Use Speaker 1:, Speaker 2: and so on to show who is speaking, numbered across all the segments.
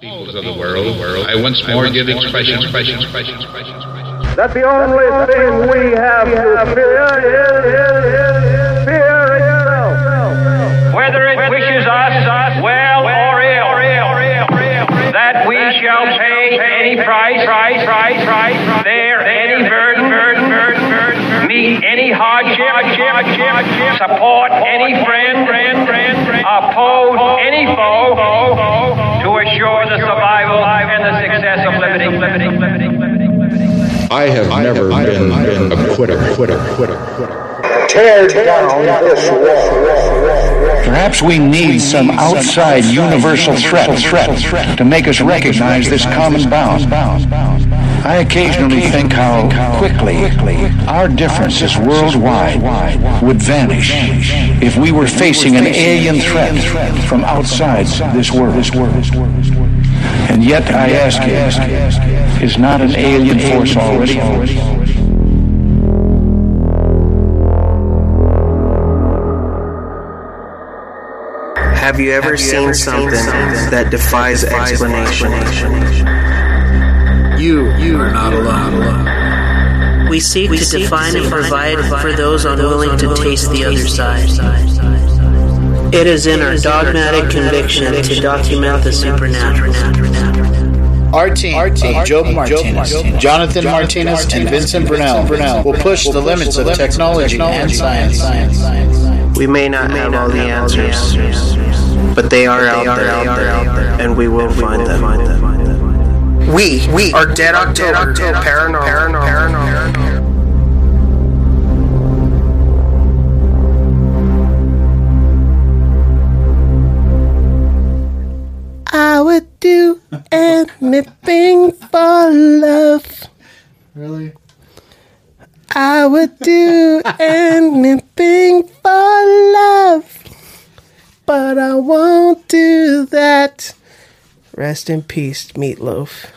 Speaker 1: peoples of the world, I once more give expression, expression, expression, expression, expression.
Speaker 2: that the only thing we have to fear is fear itself.
Speaker 3: whether it wishes us well or ill, that we shall pay any price, price, price, price, bear any burden, burden, burden, burden, meet any hardship, hardship, hardship, support any friend, friend, friend, oppose any foe, to assure the survival and the success of liberty, liberty, liberty, liberty, liberty.
Speaker 4: I have never been, been a quitter, quitter, quitter, quitter.
Speaker 2: Tear down this wall.
Speaker 5: Perhaps we need some outside universal threat to make us recognize this common bound. I occasionally think how quickly our differences worldwide would vanish if we were facing an alien threat from outside this world. And yet, I ask you, is not an alien force already?
Speaker 6: Have you ever seen something that defies explanation?
Speaker 7: You, you are not alone.
Speaker 8: We seek to define and provide for those unwilling to taste the other side. It is in our dogmatic conviction to document the supernatural.
Speaker 7: Our team, our team Job Martinez, Jonathan Martinez, and Vincent Brunel, will push the limits of technology and science.
Speaker 6: We may not have all the answers, but they are out there, and we will find them.
Speaker 7: We, we are Dead October,
Speaker 6: Paranormal.
Speaker 9: I would do anything for love.
Speaker 7: Really?
Speaker 9: I would do anything for love. But I won't do that. Rest in peace, Meatloaf.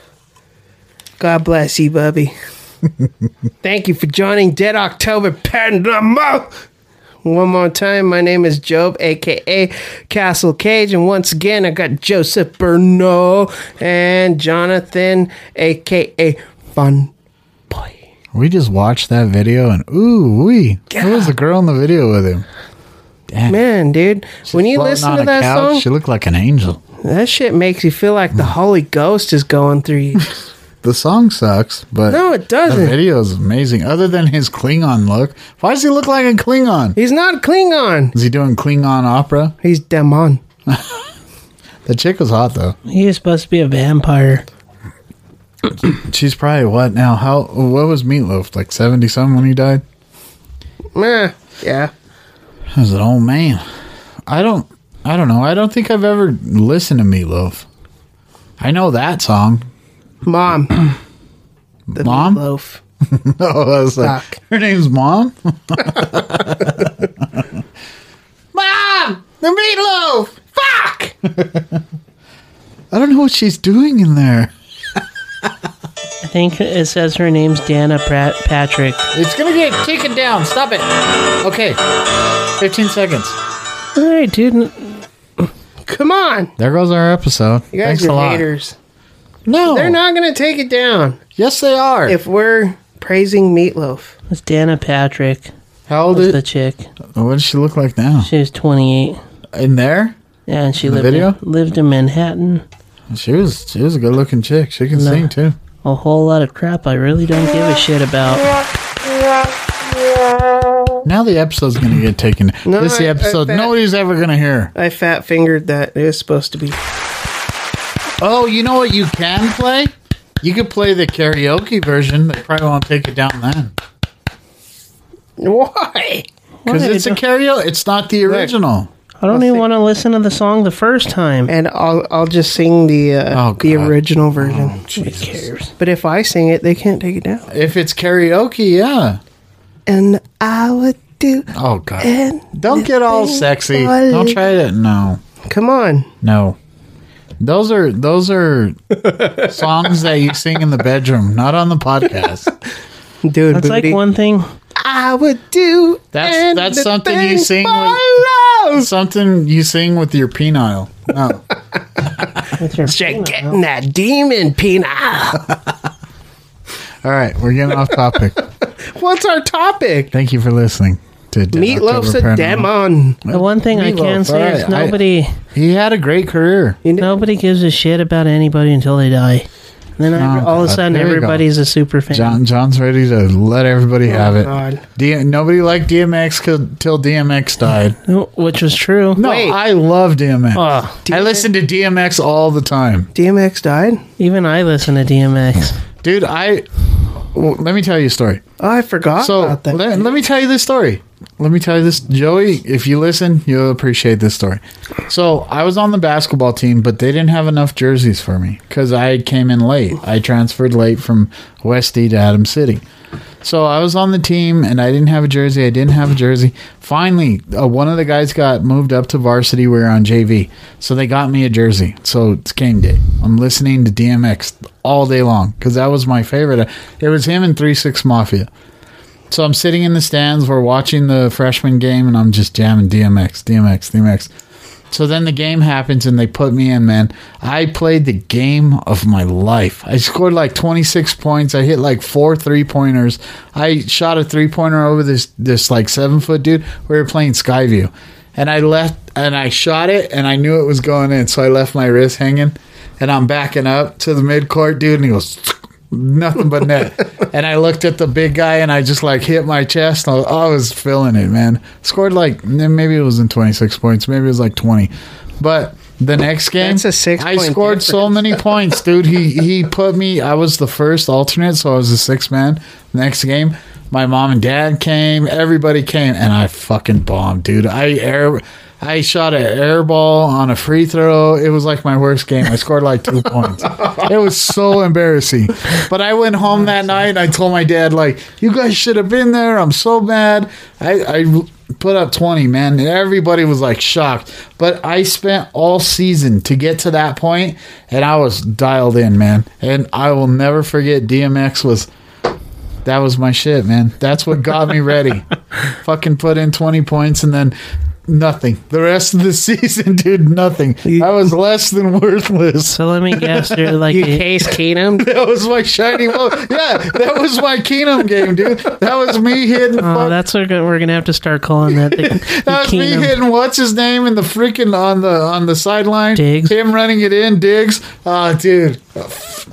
Speaker 9: God bless you, Bubby. Thank you for joining Dead October Paranormal. One more time, my name is Job, aka Castle Cage, and once again, I got Joseph Bernot and Jonathan, aka Fun Boy.
Speaker 10: We just watched that video and ooh wee. There was a girl in the video with him. Damn.
Speaker 9: Man, dude, when you
Speaker 10: Floating
Speaker 9: listen
Speaker 10: on
Speaker 9: to
Speaker 10: a
Speaker 9: that
Speaker 10: couch, She
Speaker 9: song,
Speaker 10: looked like an angel.
Speaker 9: that shit makes you feel like the Holy Ghost is going through you.
Speaker 10: The song sucks, but
Speaker 9: No, it
Speaker 10: The
Speaker 9: doesn't.
Speaker 10: video is amazing. Other than his Klingon look, why does he look like a Klingon?
Speaker 9: He's not Klingon.
Speaker 10: Is he doing Klingon opera?
Speaker 9: He's Demon.
Speaker 10: The chick was hot though.
Speaker 11: He was supposed to be a vampire.
Speaker 10: She's probably what now? How? What was Meatloaf like? Seventy something when he died.
Speaker 9: Meh. Yeah.
Speaker 10: He was an old man. I don't. I don't know. I don't think I've ever listened to Meatloaf. I know that song.
Speaker 9: Mom. The
Speaker 10: Mom?
Speaker 9: Meatloaf.
Speaker 10: No, I was like,
Speaker 9: Fuck.
Speaker 10: her name's Mom. Mom, the meatloaf. Fuck. I don't know what she's doing in there.
Speaker 11: I think it says her name's Dana Pratt Patrick.
Speaker 10: It's gonna get taken down. Stop it. Okay, fifteen seconds.
Speaker 11: All right, dude.
Speaker 9: Come on.
Speaker 10: There goes our episode.
Speaker 9: You guys
Speaker 10: Thanks a
Speaker 9: are
Speaker 10: lot. Oh.
Speaker 9: haters.
Speaker 10: No,
Speaker 9: They're not going to take it down
Speaker 10: Yes, they are.
Speaker 9: if we're praising Meatloaf.
Speaker 11: It's Dana Patrick.
Speaker 10: How old
Speaker 11: Was
Speaker 10: is?
Speaker 11: the chick?
Speaker 10: what does she look like now?
Speaker 11: She was 28.
Speaker 10: In there,
Speaker 11: Yeah, and she
Speaker 10: The
Speaker 11: lived
Speaker 10: video?
Speaker 11: In, lived in Manhattan.
Speaker 10: she was. She was a good-looking chick. She can
Speaker 11: No.
Speaker 10: sing too.
Speaker 11: A whole lot of crap I really don't give a shit about.
Speaker 10: Now the episode's gonna get taken.
Speaker 9: No,
Speaker 10: this is the
Speaker 9: I- I
Speaker 10: episode
Speaker 9: bet-
Speaker 10: nobody's ever gonna hear.
Speaker 9: I fat fingered that. It was supposed to be.
Speaker 10: Oh, you know what you can play? You could play the karaoke version. They probably won't take it down then.
Speaker 9: Why?
Speaker 10: Because
Speaker 11: Why?
Speaker 10: it's a karaoke. It's not the original.
Speaker 11: I don't even want to listen to the song the first time.
Speaker 9: And I'll I'll just sing the uh,
Speaker 10: Oh,
Speaker 9: the
Speaker 10: God.
Speaker 9: original version.
Speaker 11: Who cares?
Speaker 9: But if I sing it, they can't take it down.
Speaker 10: If it's karaoke, yeah.
Speaker 9: And I would do.
Speaker 10: Oh, God.
Speaker 9: And
Speaker 10: Don't get all sexy.
Speaker 9: boy.
Speaker 10: Don't try to. No.
Speaker 9: come on.
Speaker 10: No. Those are those are songs that you sing in the bedroom, not on the podcast.
Speaker 9: Dude,
Speaker 11: That's like
Speaker 9: booty.
Speaker 11: one thing.
Speaker 9: I would do.
Speaker 10: That's- that's
Speaker 9: anything
Speaker 10: something you sing
Speaker 9: for
Speaker 10: when-
Speaker 9: love.
Speaker 10: Something you sing with your penile. No.
Speaker 9: Start getting that demon peanut.
Speaker 10: All right, we're getting off topic.
Speaker 9: What's our topic?
Speaker 10: Thank you for listening to De-
Speaker 9: Meatloaf's
Speaker 10: October
Speaker 9: a
Speaker 10: Paranormal.
Speaker 9: demon.
Speaker 11: The one thing I can
Speaker 10: Meatloaf,
Speaker 11: say is
Speaker 10: alright, I-
Speaker 11: nobody.
Speaker 10: he had a great career.
Speaker 11: Nobody gives a shit about anybody until they die. And then
Speaker 10: Oh,
Speaker 11: I, all of a
Speaker 10: God.
Speaker 11: sudden,
Speaker 10: There you go.
Speaker 11: everybody's a super fan.
Speaker 10: John John's ready to let everybody have it.
Speaker 9: Oh, God.
Speaker 10: D- nobody liked DMX till, till DMX died.
Speaker 11: Which was true.
Speaker 10: No,
Speaker 9: Wait. Oh,
Speaker 10: I love DMX.
Speaker 11: Ah,
Speaker 10: I listen to DMX all the time,
Speaker 9: DMX died?
Speaker 11: even I listen to DMX.
Speaker 10: dude. I well, let me tell you a story.
Speaker 9: Oh, I forgot
Speaker 10: So
Speaker 9: about that.
Speaker 10: let, let me tell you this story. Let me tell you this, Joey. If you listen, you'll appreciate this story. So I was on the basketball team, but they didn't have enough jerseys for me because I came in late. I transferred late from Westy to Adam City. So I was on the team and I didn't have a jersey. I didn't have a jersey. Finally, uh, one of the guys got moved up to varsity. We were on JV. So they got me a jersey. So it's game day. I'm listening to DMX all day long because that was my favorite. It was him and 3 6 Mafia. So I'm sitting in the stands, we're watching the freshman game, and I'm just jamming DMX, DMX, DMX. So then the game happens, and they put me in, man. I played the game of my life. I scored like 26 points. I hit like four three pointers. I shot a three pointer over this this like seven foot dude. We were playing Skyview, and I left and I shot it, and I knew it was going in, so I left my wrist hanging, and I'm backing up to the mid court dude, and he goes. nothing but net. and I looked at the big guy and I just like hit my chest. I, I was feeling it, man. Scored like maybe it wasn't 26 points, maybe it was like 20. But the next game,
Speaker 9: That's a six
Speaker 10: I
Speaker 9: point
Speaker 10: scored so many points, dude. He he put me. I was the first alternate, so I was the sixth man. Next game, my mom and dad came, everybody came, and I fucking bombed, dude. I air. I shot an air ball on a free throw. It was like my worst game. I scored like two points. It was so embarrassing. But I went home that night and I told my dad, like, you guys should have been there. I'm so mad. I, I put up 20, man. And everybody was like shocked. But I spent all season to get to that point and I was dialed in, man. And I will never forget DMX was. That was my shit, man. That's what got me ready. Fucking put in 20 points and then nothing. The rest of the season, dude, nothing. I was less than worthless.
Speaker 11: So let me guess, they're like
Speaker 9: you
Speaker 11: a-
Speaker 9: Case Keenum?
Speaker 10: That was my shiny moment. Yeah, that was my Keenum game, dude. That was me hitting.
Speaker 11: Oh,
Speaker 10: fuck-
Speaker 11: that's what we're gonna have to start calling that. The,
Speaker 10: that
Speaker 11: the
Speaker 10: was me
Speaker 11: Keenum.
Speaker 10: hitting what's his name in the freaking on the on the sideline.
Speaker 11: Diggs.
Speaker 10: Him running it in. Diggs. Ah, dude.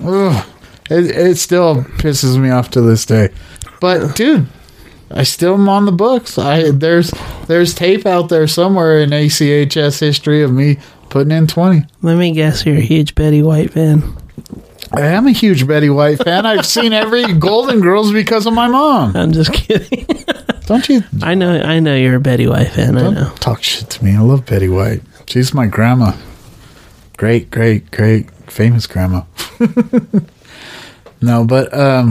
Speaker 10: Ugh. It, it still pisses me off to this day. But dude, I still am on the books. I there's there's tape out there somewhere in ACHS history of me putting in twenty.
Speaker 11: Let me guess, you're a huge Betty White fan.
Speaker 10: I am a huge Betty White fan. I've seen every Golden Girls because of my mom.
Speaker 11: I'm just kidding.
Speaker 10: Don't you
Speaker 11: I know, I know you're a Betty White fan. I know.
Speaker 10: talk shit to me. I love Betty White. She's my grandma. Great, great, great, famous grandma. no, but um,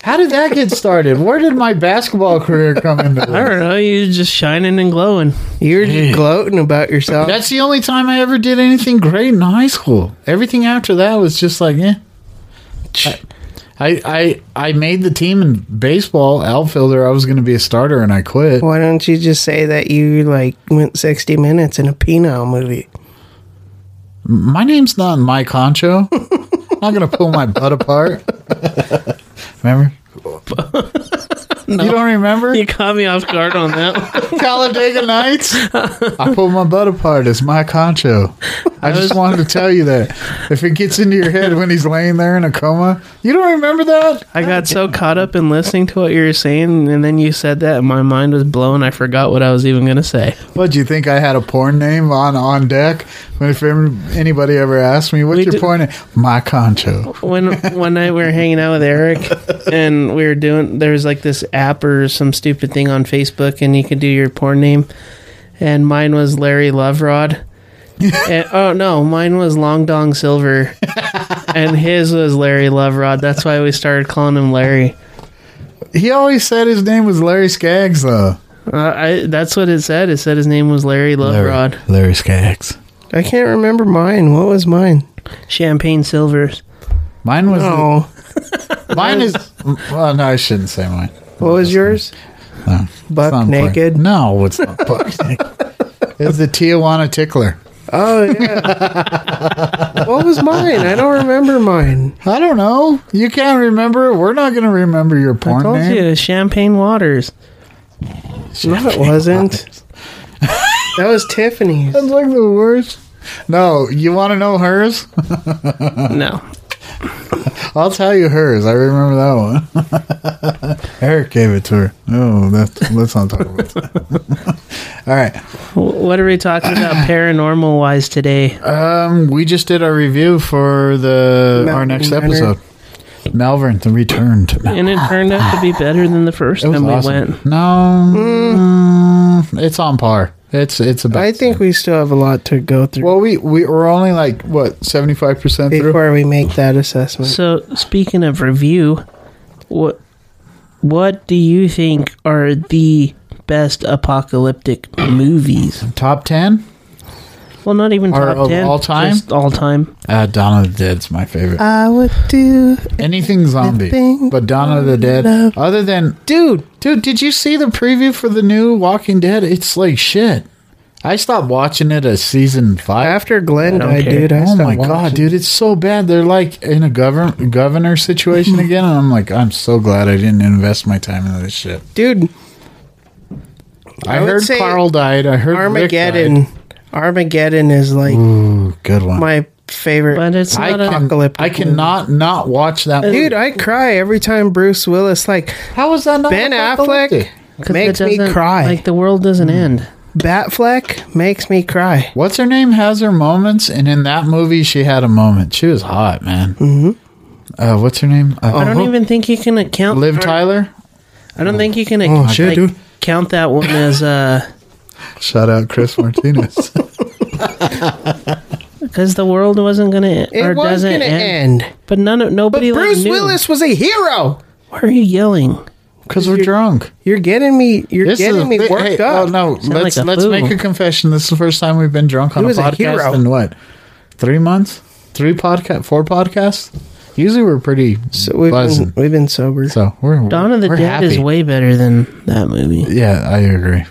Speaker 10: how did that get started? Where did my basketball career come into
Speaker 11: I
Speaker 10: this?
Speaker 11: don't know. You're just shining and glowing.
Speaker 9: You're just gloating about yourself.
Speaker 10: That's the only time I ever did anything great in high school. Everything after that was just like, eh. I I I made the team in baseball outfielder. I was going to be a starter, and I quit.
Speaker 9: Why don't you just say that you like went 60 minutes in a Pinot movie?
Speaker 10: My name's not Mike Honcho. I'm not gonna pull my butt apart. Remember? You don't remember
Speaker 11: You caught me off guard on that. one.
Speaker 10: Talladega Nights? I pulled my butt apart. It's Mike Honcho. I just wanted to tell you that if it gets into your head when he's laying there in a coma, you don't remember that.
Speaker 11: I got so caught up in listening to what you were saying, and then you said that, and my mind was blown. I forgot what I was even gonna say.
Speaker 10: What do you think? I had a porn name on on deck. When if anybody ever asked me, "What's
Speaker 11: We
Speaker 10: your
Speaker 11: do-
Speaker 10: porn name?" Mike Honcho.
Speaker 11: when one night we were hanging out with Eric and we were doing there was like this app or some stupid thing on Facebook and you could do your porn name and mine was Larry Loverod. and, oh no, mine was Long Dong Silver and his was Larry Loverod. That's why we started calling him Larry.
Speaker 10: He always said his name was Larry Skaggs, though.
Speaker 11: Uh, I that's what it said. It said his name was Larry Loverod.
Speaker 10: Larry Skaggs.
Speaker 9: I can't remember mine. What was mine?
Speaker 11: Champagne Silvers.
Speaker 10: Mine was the-
Speaker 9: Oh,
Speaker 10: Mine is. Well, no, I shouldn't say mine.
Speaker 9: what was yours?
Speaker 10: No, it's
Speaker 9: Buck
Speaker 10: not important.
Speaker 9: naked.
Speaker 10: No, it's not buck naked. It's the Tijuana tickler.
Speaker 9: Oh yeah. what was mine? I don't remember mine.
Speaker 10: I don't know. You can't remember. it. We're not going to remember your porn
Speaker 11: I told
Speaker 10: name.
Speaker 11: you, Champagne Waters.
Speaker 9: No, it wasn't. that was Tiffany's.
Speaker 10: That's like the worst. No, you want to know hers?
Speaker 11: no.
Speaker 10: I'll tell you hers. I remember that one. Eric gave it to her. Oh, that's, let's not talk about that. All right.
Speaker 11: W- What are we talking about paranormal wise today?
Speaker 10: Um, we just did our review for the our
Speaker 11: Malvern
Speaker 10: next
Speaker 11: Manor.
Speaker 10: episode. Malvern, the return to Malvern.
Speaker 11: And it turned out to be better than the first
Speaker 10: It was
Speaker 11: time
Speaker 10: awesome.
Speaker 11: we went.
Speaker 10: No, it's on par. It's it's about.
Speaker 9: I think we still have a lot to go through.
Speaker 10: Well, we we were only like what seventy five percent
Speaker 9: before we make that assessment.
Speaker 11: So speaking of review, what what do you think are the best apocalyptic movies?
Speaker 10: Top ten?
Speaker 11: Well, not even
Speaker 10: Are
Speaker 11: top
Speaker 10: of
Speaker 11: ten.
Speaker 10: all time?
Speaker 11: just all time.
Speaker 10: Uh, Dawn of the Dead's my favorite.
Speaker 9: I would do
Speaker 10: Anything zombie,
Speaker 9: Anything
Speaker 10: but Dawn of the Dead.
Speaker 9: love.
Speaker 10: Other than dude, dude, did you see the preview for the new Walking Dead? It's like shit. I stopped watching it at season five.
Speaker 9: after Glenn
Speaker 10: I
Speaker 9: died, dude. I
Speaker 10: oh my
Speaker 9: stopped
Speaker 10: god,
Speaker 9: watching.
Speaker 10: dude, it's so bad. They're like in a govern governor situation again, and I'm like, I'm so glad I didn't invest my time into this shit.
Speaker 9: "Oh, dude.
Speaker 10: I,
Speaker 9: I would
Speaker 10: heard
Speaker 9: say
Speaker 10: Carl died. I heard Armageddon.
Speaker 9: Armageddon. Armageddon is like
Speaker 10: Ooh, good one.
Speaker 9: my favorite.
Speaker 11: But it's
Speaker 10: I
Speaker 11: not a
Speaker 10: can, I cannot not watch that.
Speaker 9: Dude, I cry every time Bruce Willis like
Speaker 10: how was that not
Speaker 9: Ben
Speaker 10: apocalyptic?
Speaker 9: Affleck makes me cry.
Speaker 11: Like the world doesn't
Speaker 10: Mm.
Speaker 11: end.
Speaker 9: Batfleck makes me cry.
Speaker 10: What's her name has her moments, and in that movie, she had a moment. She was hot, man. Mm-hmm. Uh, what's her name? Uh,
Speaker 11: I don't even think you can account.
Speaker 10: Liv Tyler.
Speaker 11: I don't think you can.
Speaker 10: Oh,
Speaker 11: ac-
Speaker 10: shit,
Speaker 11: like,
Speaker 10: dude.
Speaker 11: Count that one as uh,
Speaker 10: Shout out Chris Martinez.
Speaker 11: because the world wasn't gonna
Speaker 9: It
Speaker 11: or
Speaker 9: was
Speaker 11: doesn't
Speaker 9: gonna
Speaker 11: end.
Speaker 9: end.
Speaker 11: But none of
Speaker 9: But
Speaker 11: nobody. like,
Speaker 9: Bruce
Speaker 11: knew.
Speaker 9: Willis was a hero.
Speaker 11: Why are you yelling?
Speaker 10: Because we're drunk.
Speaker 9: You're getting me. You're
Speaker 10: This
Speaker 9: getting
Speaker 10: is a
Speaker 9: me
Speaker 10: thi-
Speaker 9: worked
Speaker 10: hey,
Speaker 9: up.
Speaker 10: Oh no,
Speaker 11: Sound
Speaker 10: let's
Speaker 11: like a
Speaker 10: let's
Speaker 11: fool.
Speaker 10: make a confession. This is the first time we've been drunk on
Speaker 9: He
Speaker 10: a
Speaker 9: was a hero.
Speaker 10: podcast in what? Three months? Three podcast? Four podcasts? Usually we're pretty
Speaker 9: So we've
Speaker 10: buzzing.
Speaker 9: been, we've been sober.
Speaker 10: so we're
Speaker 11: Dawn of the
Speaker 10: we're
Speaker 11: Dead
Speaker 10: happy.
Speaker 11: is way better than that movie.
Speaker 10: Yeah, I agree.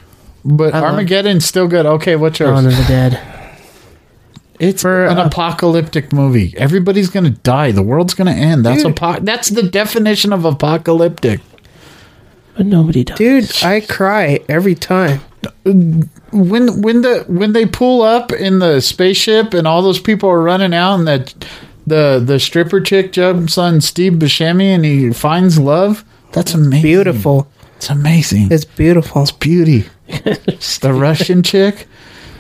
Speaker 10: But
Speaker 11: I love-
Speaker 10: Armageddon's still good. Okay, what's
Speaker 11: Dawn of
Speaker 10: yours?
Speaker 11: the Dead.
Speaker 10: It's
Speaker 11: for uh,
Speaker 10: an
Speaker 11: a-
Speaker 10: apocalyptic movie. Everybody's gonna die. The world's gonna end. That's
Speaker 9: Dude.
Speaker 10: apo- That's the definition of apocalyptic.
Speaker 11: But nobody died.
Speaker 9: Dude, I cry every time.
Speaker 10: when when the when they pull up in the spaceship and all those people are running out and that the the stripper chick jumps on Steve Buscemi and he finds love. That's amazing.
Speaker 9: Beautiful.
Speaker 10: It's amazing. It's
Speaker 9: It's beautiful.
Speaker 10: beauty. the Russian chick.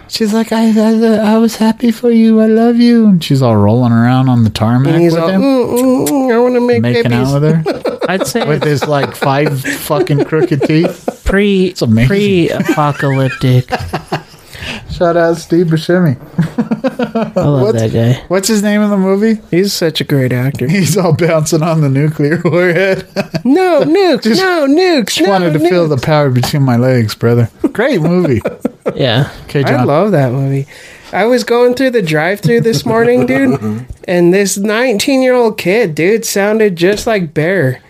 Speaker 10: She's like, I, I I was happy for you. I love you. And she's all rolling around on the tarmac
Speaker 9: And he's
Speaker 10: with
Speaker 9: all,
Speaker 10: him,
Speaker 9: mm, mm, mm, I want to make
Speaker 10: making
Speaker 9: babies.
Speaker 10: out with her
Speaker 11: I'd say
Speaker 10: with his like five fucking crooked teeth.
Speaker 11: pre
Speaker 10: amazing.
Speaker 11: pre apocalyptic. I
Speaker 10: Shout out Steve Buscemi.
Speaker 11: love that guy.
Speaker 10: What's his name in the movie?
Speaker 9: He's such a great actor.
Speaker 10: He's all bouncing on the nuclear warhead.
Speaker 9: No nukes, no nukes.
Speaker 10: Just
Speaker 9: no
Speaker 10: wanted to
Speaker 9: nukes.
Speaker 10: feel the power between my legs, brother. Great movie.
Speaker 11: Yeah,
Speaker 10: Okay,
Speaker 9: I
Speaker 10: John.
Speaker 9: love that movie. I was going through the drive-through this morning, dude, and this 19-year-old kid, dude, sounded just like Bear.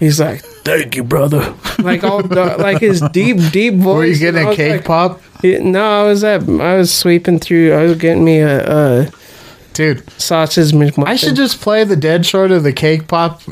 Speaker 9: He's like, "Thank you, brother." Like all the, like his deep, deep voice.
Speaker 10: Were you
Speaker 9: and
Speaker 10: getting
Speaker 9: I
Speaker 10: a
Speaker 9: was
Speaker 10: cake
Speaker 9: like-
Speaker 10: pop?
Speaker 9: Yeah, no, I was at, I was sweeping through. I was getting me a, a
Speaker 10: Dude,
Speaker 9: sausage McMuffin.
Speaker 10: I should just play the dead short of the cake pop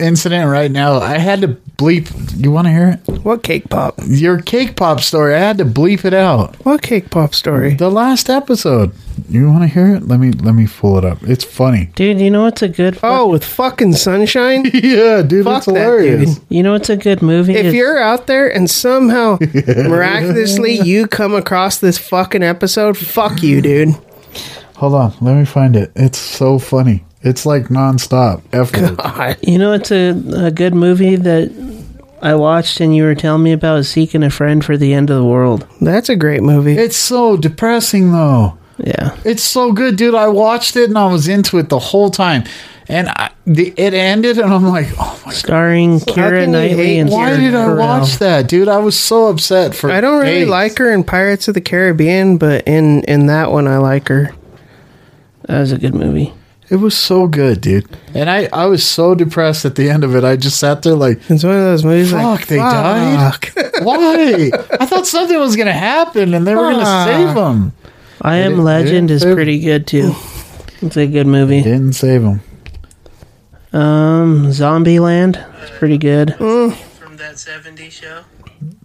Speaker 10: incident right now. I had to bleep. You want to hear it?
Speaker 9: what cake pop?
Speaker 10: Your cake pop story. I had to bleep it out.
Speaker 9: What cake pop story?
Speaker 10: The last episode. You want to hear it? Let me let me pull it up. It's funny.
Speaker 11: dude. You know what's a good?
Speaker 9: Oh, with fucking sunshine.
Speaker 10: Yeah, dude,
Speaker 9: Fuck
Speaker 10: it's
Speaker 9: that
Speaker 10: hilarious.
Speaker 9: dude.
Speaker 11: You know what's a good movie?
Speaker 9: If
Speaker 11: It's-
Speaker 9: you're out there and somehow miraculously you come across this fucking episode, fuck you, dude.
Speaker 10: Hold on, let me find it. It's so funny. It's like nonstop. F word.
Speaker 11: you know it's a a good movie that I watched and you were telling me about is seeking a friend for the end of the world.
Speaker 9: That's a great movie.
Speaker 10: It's so depressing though.
Speaker 11: Yeah,
Speaker 10: It's so good, dude. I watched it and I was into it the whole time. And I, the, it ended and I'm like, oh my
Speaker 11: starring Kira
Speaker 9: can you
Speaker 11: Knightley
Speaker 9: hate-
Speaker 11: and
Speaker 10: why
Speaker 11: Steve
Speaker 10: did I
Speaker 11: Carell.
Speaker 10: watch that, dude? I was so upset for
Speaker 9: I don't really
Speaker 10: days.
Speaker 9: like her in Pirates of the Caribbean, but in in that one I like her.
Speaker 11: That was a good movie.
Speaker 10: it was so good, dude. And I, I was so depressed at the end of it. I just sat there like
Speaker 9: It's one of those movies
Speaker 10: fuck,
Speaker 9: like
Speaker 10: they died. Why? I thought something was gonna happen and they were gonna
Speaker 9: Fuck.
Speaker 10: save them.
Speaker 11: I Am Legend is pretty good too. It's a good movie.
Speaker 10: Didn't save him.
Speaker 11: Um, Zombieland is pretty good.
Speaker 8: From that 70s show.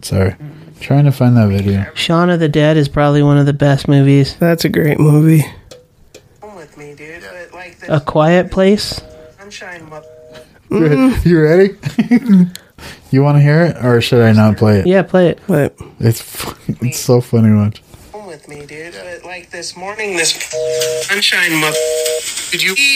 Speaker 10: Sorry. Trying to find that video.
Speaker 11: Shaun of the Dead is probably one of the best movies.
Speaker 9: That's a great movie.
Speaker 11: A Quiet Place.
Speaker 10: Re-
Speaker 9: Mm-hmm.
Speaker 10: You ready? you want to hear it, or should I not play it?
Speaker 11: Yeah, play it.
Speaker 9: Play it.
Speaker 10: It's fu- it's so funny. to Watch.
Speaker 8: Home with me, dude. But like this morning, this sunshine mother. Did you? He,